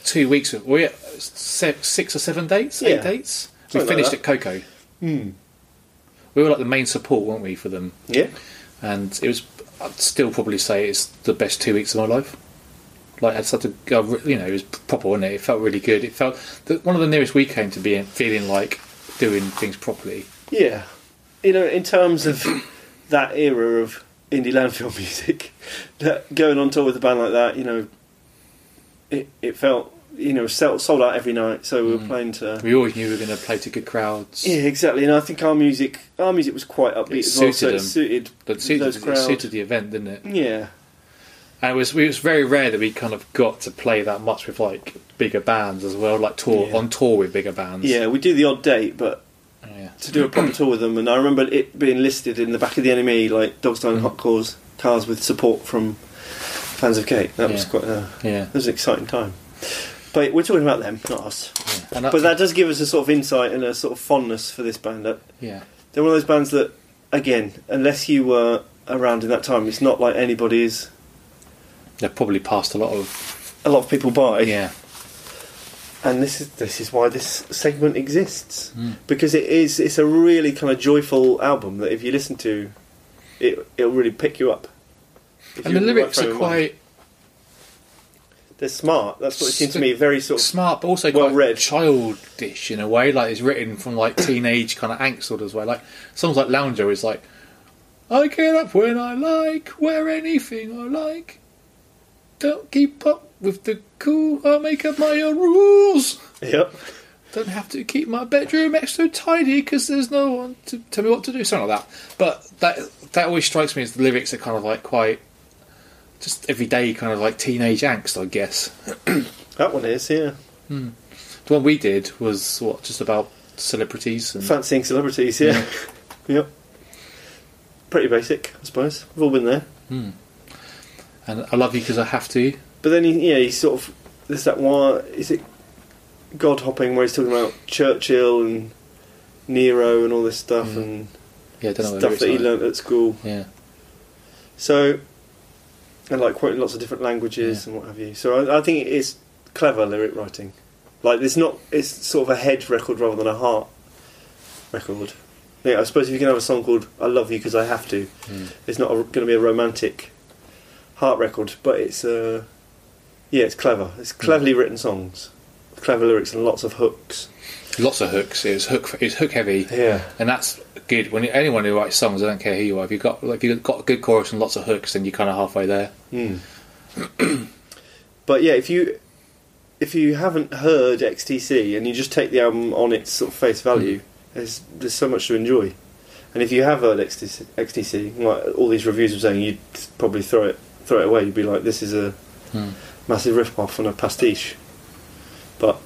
two weeks of we se- six or seven dates,
Yeah.
eight dates. We
Something like
finished
that. Hmm.
at Coco. We were like the main support, weren't we, for them?
yeah,
And it was. I'd still probably say it's the best two weeks of my life. Like I had such a, I re- you know, it was proper, wasn't it? It felt really good. It felt the, one of the nearest we came to being feeling like doing things properly.
yeah. You know, in terms of that era of indie landfill music, that going on tour with a band like that, you know, it it felt you know sell- sold out every night, so we were playing to
Mm. We always knew we were going to play to good crowds.
Yeah, exactly. And I think our music, our music was quite upbeat
It
as well, so
suited
it
them.
suited
That suited,
those
it
crowds.
suited the event, didn't it?
Yeah,
And it was it was very rare that we kind of got to play that much with like bigger bands as well, like tour
Yeah.
on tour with bigger bands. Oh,
yeah. We do the odd date, but
yeah.
to do a proper tour with them, and I remember it being listed in the back of the NME,
Mm.
like Dogstone and Hot Cause cars with support from fans of Kate. That was
Yeah.
quite. uh, A,
yeah.
that was an exciting time. But we're talking about them, not us.
And
But that does give us a sort of insight and a sort of fondness for this band. That
yeah,
They're one of those bands that, again, unless you were around in that time, it's not like anybody is.
they probably passed a lot of
A lot of people buy.
yeah,
and this is this is why this segment exists
Hmm.
because it is it's a really kind of joyful album that if you listen to it it'll really pick you up If
and
you're
the
in right
lyrics
frame
are
of mind.
quite
they're smart that's what it seems to me very sort of
smart, but also
well
quite
read.
childish in a way. Like it's written from like teenage kind of angst sort of way. Like songs like Lounger is like, I get up when I like, wear anything I like, don't keep up with the cool, I make up my own rules.
yep
Don't have to keep my bedroom extra tidy because there's no one to tell me what to do. Something like that. But that that always strikes me as the lyrics are kind of like quite just everyday kind of like teenage angst, I guess.
that one is yeah
The one we did was what just about celebrities and
fancying celebrities yeah yep pretty basic I suppose we've all been there
and I love you because I have to.
but then he, yeah he sort of there's that one is it God hopping where he's talking about Churchill and Nero and all this stuff and
Yeah, I don't know what the
stuff that Mm. he
lyrics are.
learnt at school
Yeah,
So, and like quoting lots of different languages and what have you. So I, I think it is clever lyric writing. Like it's not, it's sort of a head record rather than a heart record. Yeah, I suppose if you can have a song called "I Love You Because I Have to," it's not going to be a romantic heart record, but it's uh, yeah, it's clever. It's cleverly written songs, clever lyrics, and lots of hooks.
lots of hooks. It's hook. It's hook heavy.
Yeah.
and that's good. When you- anyone who writes songs, I don't care who you are. If you have got like, if you have got a good chorus and lots of hooks, then you're kind of halfway there.
But yeah, if you if you haven't heard XTC and you just take the album on its sort of face value, There's, there's so much to enjoy. And if you have heard XTC, XTC like all these reviews are saying, you'd probably throw it throw it away. You'd be like, this is a
Hmm.
massive rip-off and a pastiche. But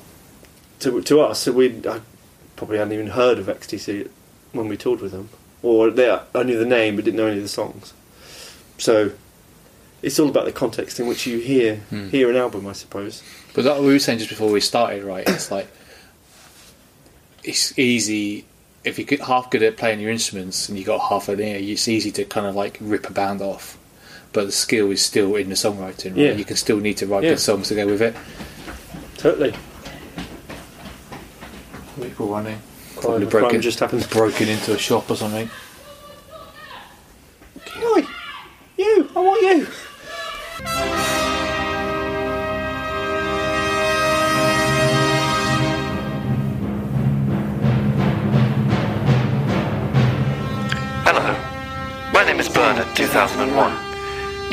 to, to us, we I probably hadn't even heard of XTC when we toured with them. Or they I knew the name but didn't know any of the songs. So it's all about the context in which you hear
Hmm.
hear an album, I suppose.
But that we were saying just before we started, right? It's like it's easy if you're good- half good at playing your instruments and you got half an ear. It's easy to kind of like rip a band off, but the skill is still in the songwriting. Right?
Yeah.
You can still need to write
Yeah.
good songs to go with it.
Totally.
People running.
Crime-
Probably
crime
broken,
eh? just happened.
broken into a shop or something.
Oi, you! I want you.
Hello. My name is Bernard 2001.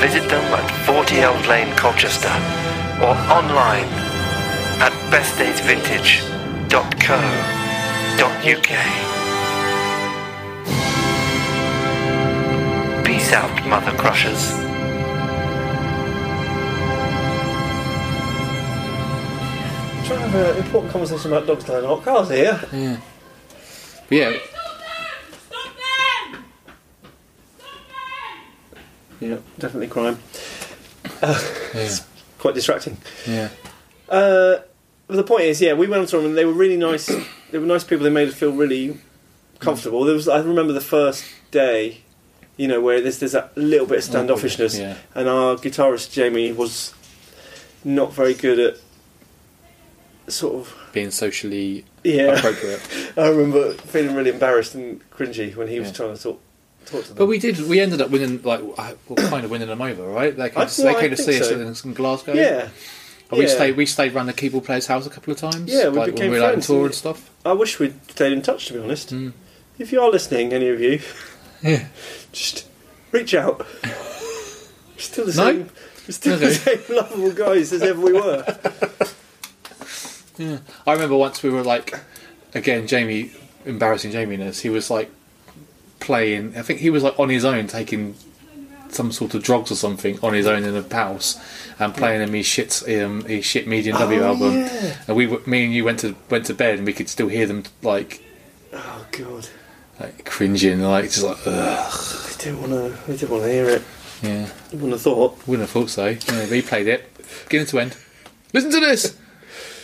visit them at 40 Elm Lane, Colchester, or online at bestdaysvintage.co.uk. Peace out, Mother Crushers.
I'm trying to have an important conversation about dogs dying hot cars here.
But yeah,
Yeah, definitely crime.
yeah,
Quite distracting.
yeah.
Uh, but the point is, yeah, we went on to them and they were really nice. they were nice people. They made us feel really comfortable. There was, I remember the first day, you know, where there's there's that little bit of standoffishness,
Yeah.
and our guitarist Jamie was not very good at sort of
Being socially
yeah.
appropriate.
I remember feeling really embarrassed and cringy when he was
Yeah.
trying to talk talk to them.
But we did. We ended up winning, like, I- well, kind of winning them over, right? They came,
I-
to-
well,
they
I
came to
think
see us
so.
in, in Glasgow.
yeah.
And we
yeah.
stayed. We stayed round the keyboard player's house a couple of times.
Yeah, we
like,
became
when we were out on
friends,
tour
yeah.
and stuff.
I wish we'd stayed in touch, to be honest.
Mm.
If you are listening, any of you,
Yeah.
just reach out. We're still the
No?
same. We're still the same lovable guys as ever we were.
Yeah. I remember once we were like, again, Jamie, embarrassing Jamie-ness. He was like playing. I think he was like on his own, taking some sort of drugs or something on his own in a house, and playing him his shit, um, his shit medium W
Oh,
album.
yeah.
And we, were- me and you went to went to bed, and we could still hear them like.
Oh god,
Like cringing, like just like, ugh.
they didn't want to. They didn't want to hear it.
Yeah,
They wouldn't have thought.
wouldn't have thought so. Yeah, but he played it, beginning to end. Listen to this.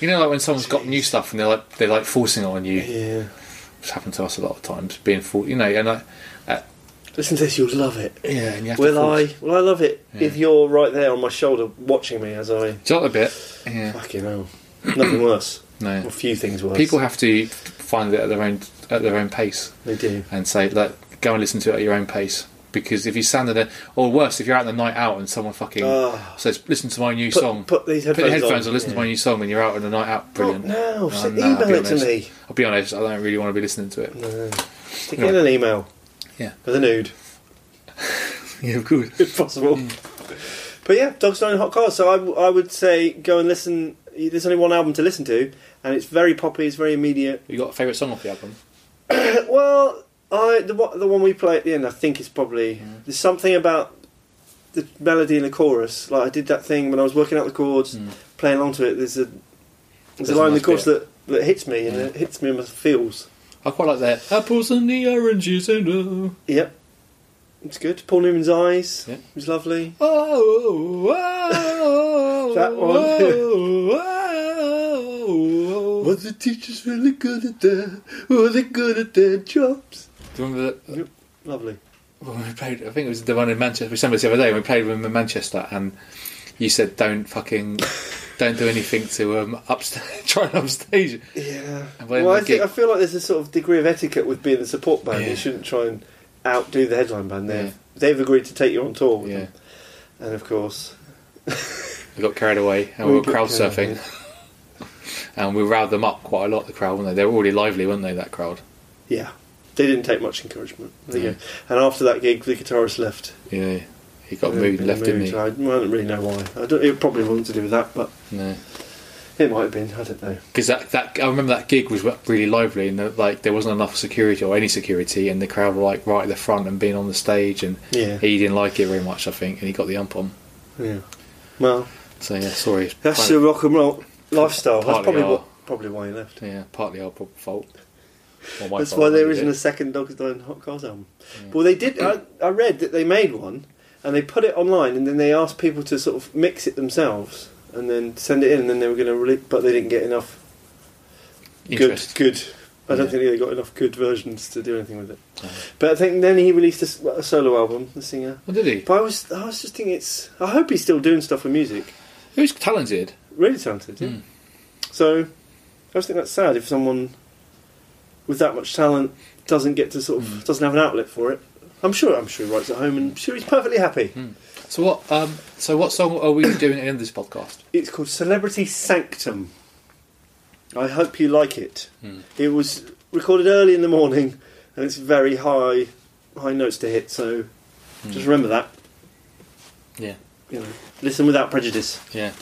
You know, like when someone's got new stuff and they're like they're like forcing it on you.
Yeah.
It's happened to us a lot of times, being for you know, and I,
Listen to this, you'll love it.
yeah, and you have
Will
to force.
I? Will I love it
Yeah.
if you're right there on my shoulder watching me as I
Jot a bit, yeah,
fucking hell. Nothing worse.
no.
A few things worse.
People have to find it at their own at their own pace
they do.
and say, look, go and listen to it at your own pace. Because if you stand there, or worse, if you're out on the night out and someone fucking
Ah.
says, listen to my new
Put,
song,
put these
put your
headphones,
headphones
on.
on, listen to my new song when you're out on the night out.
Not
Brilliant.
now.
Oh,
Send-
no, I'll
email
be
it to
honest.
me.
I'll be honest, I don't really want to be listening to it.
No. Stick
No.
it in an email.
Yeah.
With a nude.
Yeah, of course.
if possible.
Hmm.
But yeah, Dogs Don't Hot Cars. So I, w- I would say go and listen. There's only one album to listen to, and it's very poppy. It's very immediate. Uh,
You got a favourite song off the album?
Well, I the one- the one we play at the end, I think is probably
Hmm.
there's something about the melody and the chorus. Like I did that thing when I was working out the chords, playing along to it. There's a there's,
Hmm. There's
a
a
line in the
nice
chorus
bit. Hmm.
that, that hits me and
Yeah.
it hits me in my feels.
I quite like that. Apples and the oranges and oh,
Yep, it's good. Paul Newman's eyes
Yeah.
was lovely.
oh, oh, oh,
That one.
oh, oh, oh.
Was the teachers really good at that? Were they good at their jobs?
Do you remember that?
Lovely.
When we played, I think it was the one in Manchester. We sang this the other day. when We played with them in Manchester, and you said, "Don't fucking don't do anything to um, upstage, try and upstage. it.
Yeah.
And when
Well, I,
the
think,
gig-
I feel like there's a sort of degree of etiquette with being a support band.
Yeah.
You shouldn't try and outdo the headline band. They've,
Yeah.
they've agreed to take you on tour with
Yeah,
them. And of course,
we got carried away and we,
We
were
got
crowd
carried
surfing, and we riled them up quite a lot. The crowd, weren't they? They were already lively, weren't they? That crowd.
yeah, they didn't take much encouragement. There you
No.
go. And after that gig, the guitarist left.
Yeah, he got
Uh,
moved
been
left, didn't
moved.
he?
I don't really know why. I don't, it probably wasn't to do with that, but
No.
it might have been. I don't know.
Because that, that I remember that gig was really lively and that, like there wasn't enough security or any security and the crowd were like right at the front and being on the stage and
Yeah.
he didn't like it very much I think and he got the ump on
Yeah. Well,
so yeah sorry it's
that's the
partly,
rock and roll lifestyle. That's
Partly
probably
are.
what, probably why he left.
yeah partly our prob- fault Or my
That's
fault,
why there
I
isn't a
did
second Dogs Dying Hot Cars album. Well, they did. I, I read that they made one and they put it online and then they asked people to sort of mix it themselves and then send it in and then they were going to release, but they didn't get enough
it.
good.
Interest.
Good. I don't
Yeah.
think they got enough good versions to do anything with it. But I think then he released a, s- a solo album, the singer.
Well, did he
But I was, I was just thinking, it's. I hope he's still doing stuff with music.
he was talented
Really talented. Yeah.
Mm.
So, I just think that's sad if someone with that much talent doesn't get to sort of
Hmm.
doesn't have an outlet for it. I'm sure. I'm sure he writes at home, and I'm sure he's perfectly happy.
Hmm. so what um, so what song are we doing at the end of this podcast
It's called Celebrity Sanctum. I hope you like it.
Hmm.
It was recorded early in the morning, and it's very high, high notes to hit. So,
Hmm.
just remember that.
yeah
You know, listen without prejudice,
yeah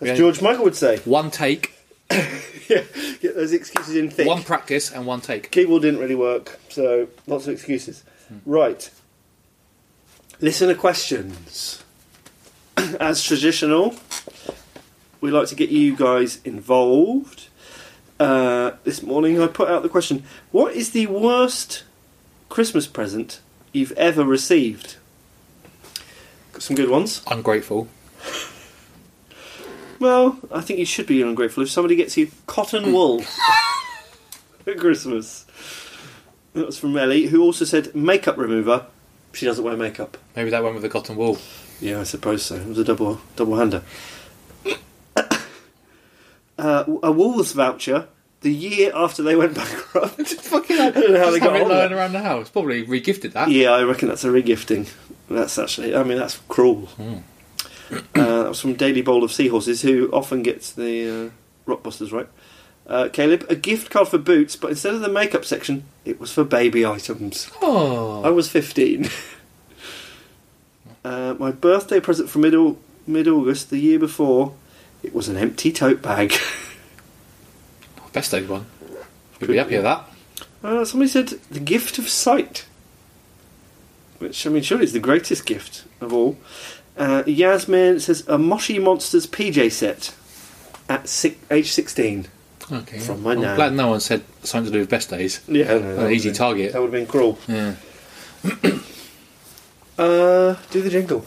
as
Yeah.
George Michael would say.
one take
yeah, get those excuses in thick.
one practice and one take
Keyboard didn't really work, so lots of excuses. Right. Listener questions. As traditional, we like to get you guys involved. Uh, this morning I put out the question What is the worst Christmas present you've ever received? Got some good ones.
ungrateful
Well, I think you should be ungrateful if somebody gets you cotton wool at Christmas. That was from Ellie, who also said makeup remover. She doesn't wear makeup.
maybe that one with the cotton wool
Yeah, I suppose so. It was a double double hander. uh, a Woolworths voucher the year after they went bankrupt. Fucking I don't know how they
Just have
got
it
on
lying
with that.
around the house probably regifted that
Yeah, I reckon that's a regifting. That's actually, I mean, that's cruel. uh, that was from Daily Bowl of Seahorses, who often gets the uh, Rockbusters right. Uh, Caleb, a gift card for boots, but instead of the makeup section, it was for baby items.
oh
I was 15. uh, my birthday present from middle mid August, the year before, it was an empty tote bag.
Best aid one. We'd be happy with that.
Uh, somebody said the gift of sight, which I mean, surely is the greatest gift of all. Uh, Yasmin says a Moshi Monsters PJ set at six, age sixteen.
Okay.
From my
I'm
nan.
glad no one said something to do with best days.
Yeah,
An easy target.
That would have been cruel.
Yeah.
Uh, do the jingle.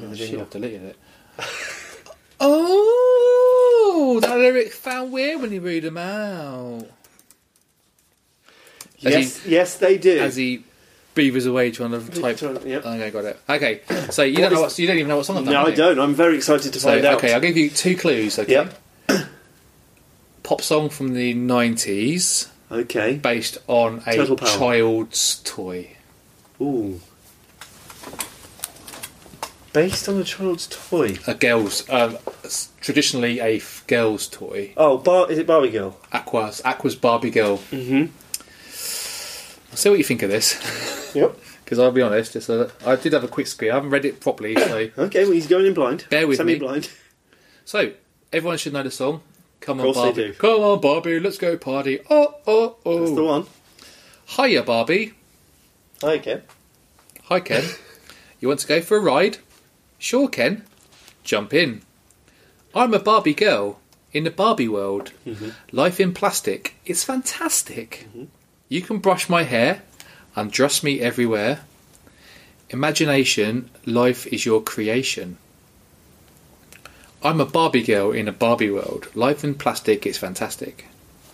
Oh,
the
shit,
jingle.
I've deleted it. oh, that lyric found weird when you read them out. As
yes, yes, they do.
he, as he beavers away trying to type.
Yep.
Okay, got it. Okay, so you
What
don't know
is-
what you don't even know what song I've done.
no,
have
I
you?
don't. I'm very excited to
So
find out.
okay, I'll give you two clues. Okay.
Yep.
Pop song from the nineties,
Okay.
based on a
Total Power.
child's toy.
Ooh. Based on a child's toy.
a girl's um, s- traditionally a f- girl's toy.
Oh, bar- is it Barbie Girl?
Aqua's Aqua's Barbie girl. Mm-hmm. I'll see what you think of this
Yep.
because I'll be honest, it's a, I did have a quick squeeze. I haven't read it properly, so
Okay, well, he's going in blind.
Bear with me.
Semi-blind.
so everyone should know the song. Come on,
Of course
Barbie!
they do.
Come on, Barbie! Let's go party! Oh oh oh!
That's the one.
Hiya, Barbie.
Hi, Ken.
Hi, Ken. you want to go for a ride? Sure, Ken. Jump in. I'm a Barbie girl in the Barbie world. Life in plastic. It's fantastic. You can brush my hair, undress me everywhere. Imagination, life is your creation. I'm a Barbie girl in a Barbie world. Life in plastic is fantastic.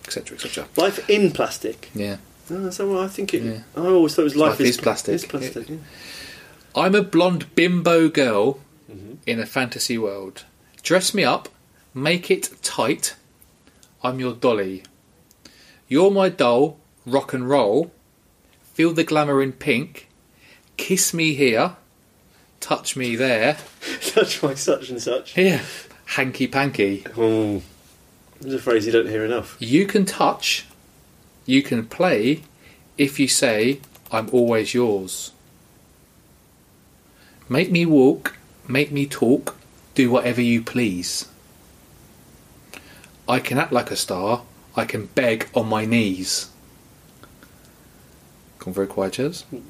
Etc. Etc.
Life in plastic.
Yeah.
Oh, is that what I think it?
Yeah.
I always thought it was life,
Life is plastic.
Is plastic. yeah.
I'm a blonde bimbo girl in a fantasy world. Dress me up, make it tight. I'm your dolly. You're my doll, rock and roll. Feel the glamour in pink. Kiss me here, touch me there.
Such by such and such.
Here, hanky panky.
Oh, there's a phrase you don't hear enough.
You can touch, you can play if you say, I'm always yours. Make me walk, make me talk, do whatever you please. I can act like a star, I can beg on my knees. Gone very quiet, Jez.
I'm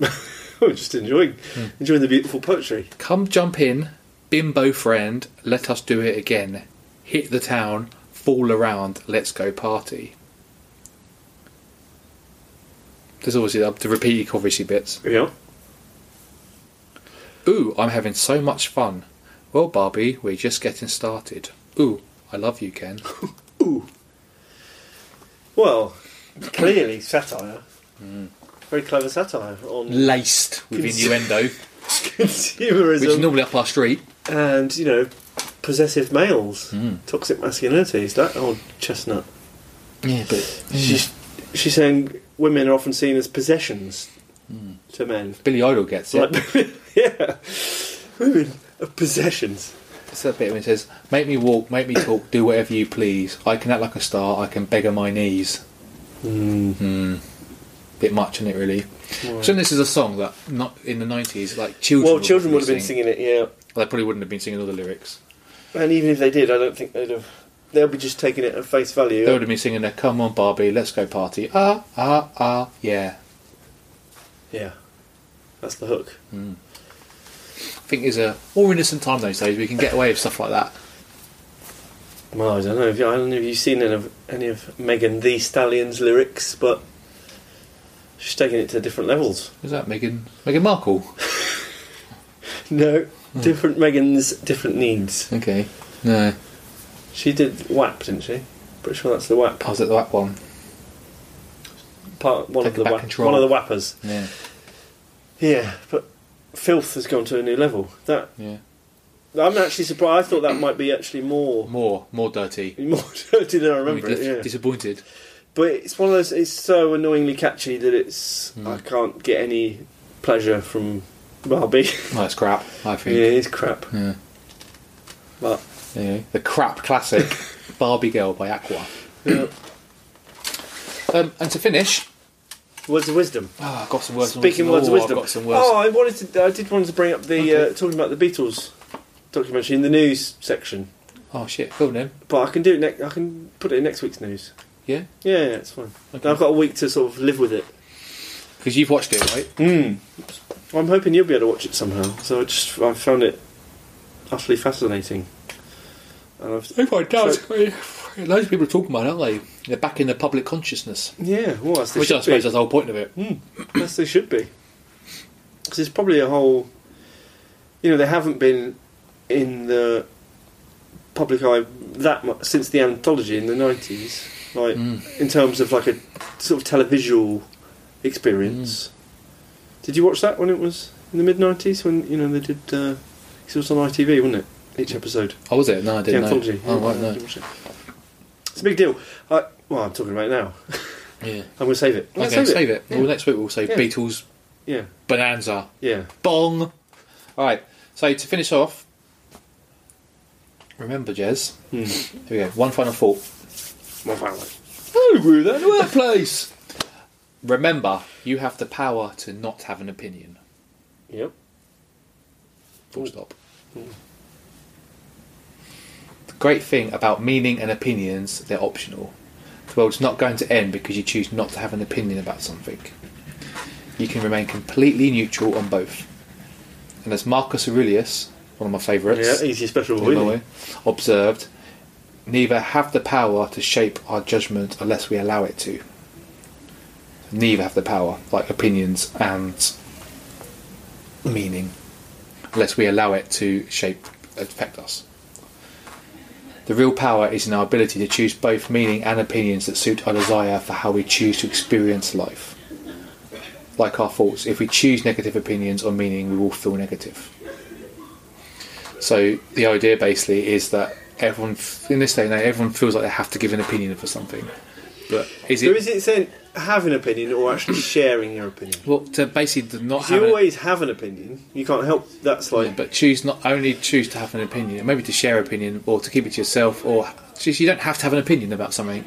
Oh, just enjoying
Hmm.
enjoying the beautiful poetry.
Come jump in, bimbo friend, let us do it again. Hit the town, fall around, let's go party. There's obviously up to repeat obviously bits.
Yeah.
Ooh, I'm having so much fun. Well, Barbie, we're just getting started. Ooh, I love you, Ken.
Well, clearly satire.
Hmm.
Very clever satire on
Laced with
Cons-
innuendo, which is
consumerism
normally up our street.
and you know possessive males,
Hmm.
toxic masculinity. Is that old chestnut?
Yeah, but
She's she's saying women are often seen as possessions to men.
Billy Idol gets it.
Like, yeah, women are possessions.
It's that bit when it says, "Make me walk, make me talk, do whatever you please. I can act like a star, I can beg on my knees."
Hmm.
Mm. Bit much, isn't it? Really. So this is a song that not in the nineties, like children.
Well, children would have been
singing.
singing it, yeah.
They probably wouldn't have been singing all the lyrics.
And even if they did, I don't think they'd have. They'll be just taking it at face value.
They would have been singing their "Come on, Barbie, let's go party." Ah, ah, ah, yeah.
Yeah, that's the hook.
I think it's a more innocent time those days. We can get away with stuff like that.
Well, I don't know. If you, I don't know if you've seen any of any of Megan the Stallion's lyrics, but she's taking it to different levels.
Is that Megan? Megan Markle?
No, different Megan's different needs.
Okay. No.
She did WAP, didn't she? Pretty sure that's the WAP
I was at that one.
part. One
Take
of the
back
WAP,
control.
one of the Wappers.
Yeah.
Yeah, but filth has gone to a new level. That
Yeah.
I'm actually surprised. I thought that might be actually more
More, more dirty.
more dirty than I remember.
Dis-
it, yeah.
Disappointed.
But it's one of those. It's so annoyingly catchy that it's
Hmm.
I can't get any pleasure from Barbie.
Oh, that's crap. I
yeah,
think.
it's crap.
Yeah.
But
Anyway, the crap classic Barbie Girl by Aqua. um, and to finish,
words of wisdom.
oh, I've got some words. on
Speaking
wisdom.
words
Oh,
of wisdom.
I've got some words.
Oh, I wanted to. I did want to bring up the
Okay.
uh, talking about the Beatles documentary in the news section.
Oh, shit, film them.
But I can do it. Ne- I can put it in next week's news.
Yeah?
Yeah, yeah, it's fine.
Okay.
I've got a week to sort of live with it.
Because you've watched it, right?
I'm hoping you'll be able to watch it somehow. So I just I found it utterly fascinating. And I've,
Oh my god, loads of people are talking about it, aren't they? They're back in the public consciousness,
yeah, well, that's the
which I
should be.
suppose is the whole point of it.
Hmm? Yes, they should be. Because it's probably a whole. You know, they haven't been in the public eye that much since the anthology in the nineties. Like
Mm.
in terms of like a sort of televisual experience.
Mm.
Did you watch that when it was in the mid nineties? When you know they did. Uh, 'cause it was on ITV, wasn't it? Each episode.
Oh, was it? No, I didn't
the
know.
anthology.
Oh,
Yeah,
right,
I
no.
did watch it. It's a big deal. I, well, I'm talking about it now.
Yeah.
I'm going to save it. I'm
Okay,
gonna
save, it.
Yeah.
Well, next week we'll say
Yeah.
Beatles
yeah.
Bonanza.
Yeah.
Bong! Alright, so to finish off, remember, Jez, here we go. One final thought.
Well, finally.
I agree with that in the workplace. Remember, you have the power to not have an opinion.
Yep.
Full stop. The great thing about meaning and opinions, they're optional. The world's not going to end because you choose not to have an opinion about something. You can remain completely neutral on both. And as Marcus Aurelius, one of my favourites,
Yeah, easy special
in my
boy.
way, observed, neither have the power to shape our judgment unless we allow it to. Neither have the power, like opinions and meaning, unless we allow it to shape affect us. The real power is in our ability to choose both meaning and opinions that suit our desire for how we choose to experience life. like our thoughts. If we choose negative opinions or meaning, we will feel negative. So the idea basically is that everyone f- in this day and age, everyone feels like they have to give an opinion for something. But is
So
it,
is it saying have an opinion or actually sharing your opinion?
well to basically to not
'Cause
have
you
an-
always have an opinion. You can't help that's like
but choose not only choose to have an opinion, maybe to share opinion or to keep it to yourself, or just you don't have to have an opinion about something.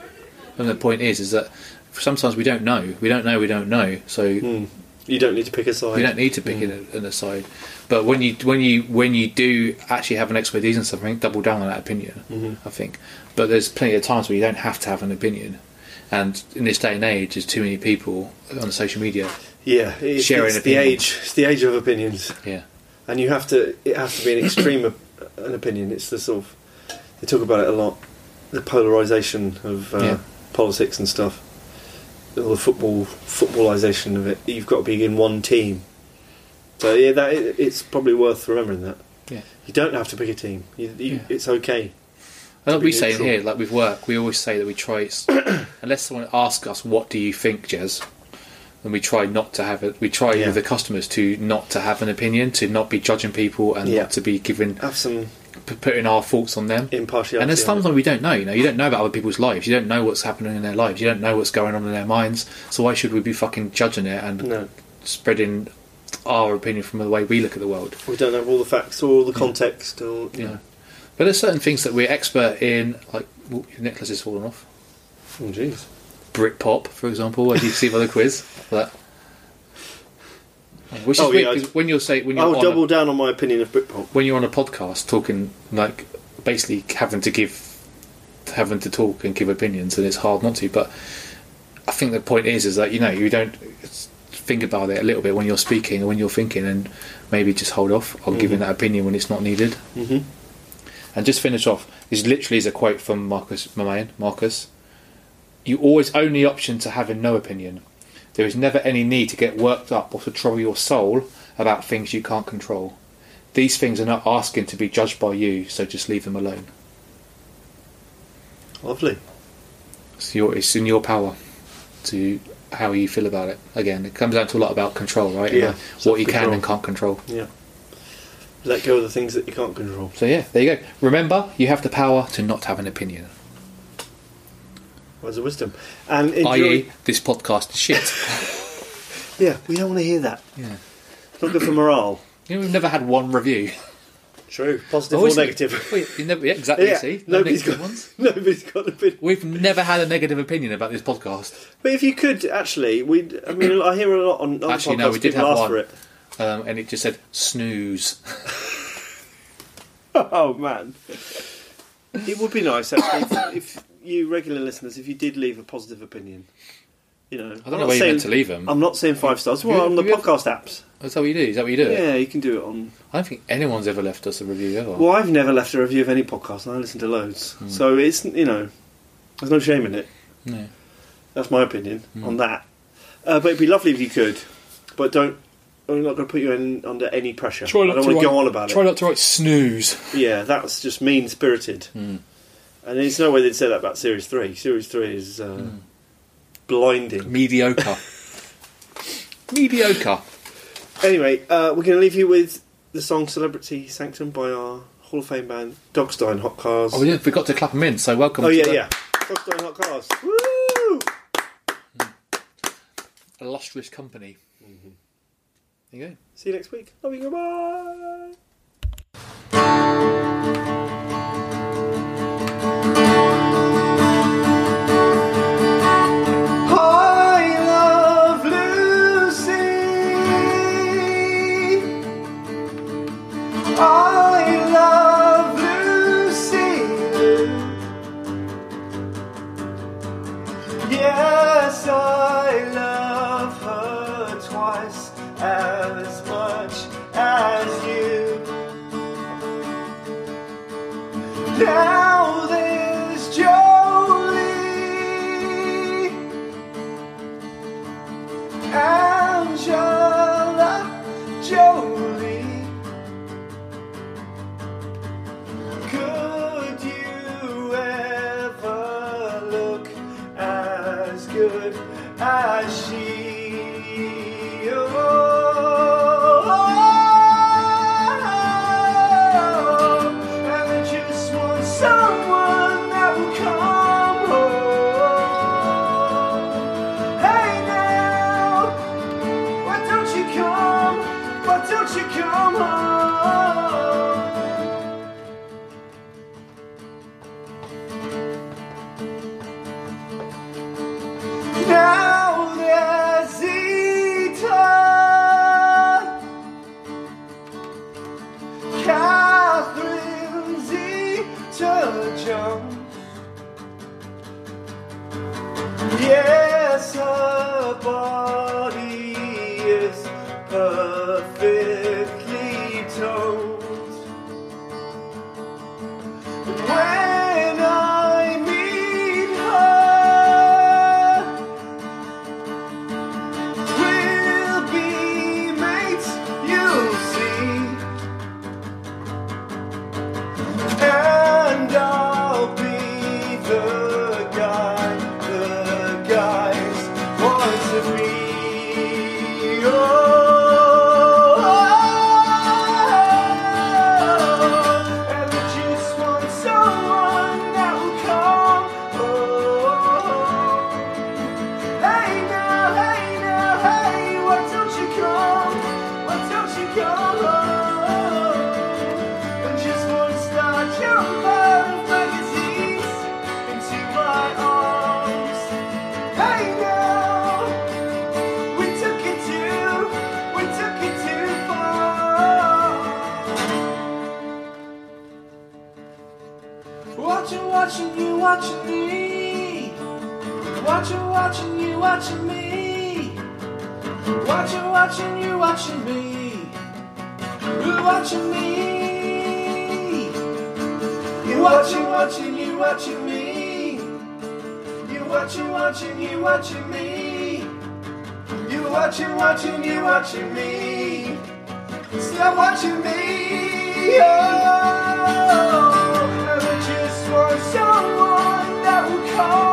And the point is, is that sometimes we don't know, we don't know, we don't know. So
you don't need to pick a side.
you don't need to pick an, an aside. But when you when you when you do actually have an expertise in something, double down on that opinion. I think. But there's plenty of times where you don't have to have an opinion. And in this day and age, there's too many people on social media.
yeah, it's,
Sharing
it's the
opinion.
age. It's the age of opinions,
Yeah,
and you have to. It has to be an extreme op- an opinion. It's the sort of they talk about it a lot. The polarization of uh,
Yeah.
politics and stuff, or the football footballization of it. You've got to be in one team. So yeah, that it, it's probably worth remembering that.
yeah.
You don't have to pick a team. You, you,
Yeah.
It's okay.
And like
be
we say in
neutral.
here, like with work, we always say that we try, unless someone asks us, "What do you think, Jez?" then we try not to have it. We try
Yeah.
with the customers to not to have an opinion, to not be judging people, and
Yeah.
not to be giving
Have some
p- putting our thoughts on them.
impartiality.
And there's
on it.
sometimes we don't know. You know, you don't know about other people's lives. You don't know what's happening in their lives. You don't know what's going on in their minds. So why should we be fucking judging it and
No.
spreading our opinion from the way we look at the world?
We don't have all the facts or all the context. Or,
Yeah. But there's certain things that we're expert in, like ooh, your necklace is falling off.
Oh, jeez.
Britpop, for example, as you see by the quiz. That. Which is
Oh,
weird,
yeah, I-
'cause when you're say when you're
I'll
on
double
a,
down on my opinion of Britpop.
when you're on a podcast talking like basically having to give having to talk and give opinions and it's hard not to but I think the point is is that you know you don't think about it a little bit when you're speaking or when you're thinking and maybe just hold off on giving that opinion when it's not needed
Mhm.
and just finish off this literally is a quote from Marcus my man Marcus you always own the option to having no opinion there is never any need to get worked up or to trouble your soul about things you can't control these things are not asking to be judged by you so just leave them alone
Lovely.
It's your it's in your power to how you feel about it. Again, it comes down to a lot about control, right? And,
Yeah.
uh, what you can and can't control.
Yeah. Let go of the things that you can't control.
So yeah, there you go. Remember, you have the power to not have an opinion.
Words of wisdom. And enjoy.
I.e., this podcast is shit.
Yeah, we don't want to hear that.
yeah.
It's not good for morale.
You know, we've never had one review.
True. Positive
Always-
or negative.
Wait, you never, yeah, exactly.
yeah.
See, no
Nobody's
negative
got,
ones.
nobody's got an opinion.
We've never had a negative opinion about this podcast.
But if you could, actually, we. I mean, I hear a lot on other
Actually,
podcasts.
no, we did
people
have one.
ask for it.
Um, and it just said snooze.
Oh man, it would be nice actually if, if you regular listeners, if you did leave a positive opinion. You know,
I don't know where you're meant to leave them.
I'm not saying five stars. Well,
You-
on the
you have-
podcast apps,
Is that what you do? Is that what you do?
yeah, you can do it on.
I don't think anyone's ever left us a review ever.
Well, I've never left a review of any podcast, and I listen to loads,
Hmm.
so it's you know, there's no shame in it.
No.
That's my opinion
Hmm.
on that. Uh, but it'd be lovely if you could, but don't. I'm not going to put you in under any pressure. I don't want to go on about it.
Try not to write snooze.
Yeah, that's just mean spirited. And there's no way they'd say that about Series 3. Series 3 is uh, blinding.
Mediocre. Mediocre.
Anyway, uh, we're going to leave you with the song Celebrity Sanctum by our Hall of Fame band, Dogstein Hot Cars.
Oh, we didn't- forgot to clap them in, so welcome
Oh,
to
yeah,
the
yeah. Dogstein Hot Cars. Woo!
illustrious company.
Mm-hmm.
There you go.
See you next week. Love you. Goodbye.
I love Lucy. I love Lucy. Yes, I love her twice as much as you. Now there's Jolie Angela Jolie. Could you ever look as good as she? to be alone. And I just want someone that will come home. Hey now, hey now, hey, why don't you come? Why don't you come home? And just one star jump out of magazines into my arms. Hey now, we took it too, we took it too far. Watching, watching you, watching me. Watching, watching you, watching me. Watching, watching you, watching me. You're watching me. You're watching, watching you, watching me. You're watching, watching you, watching me. You're watching, watching you, watching me. Stop watching me. Oh, and I just want someone that will come. Oh,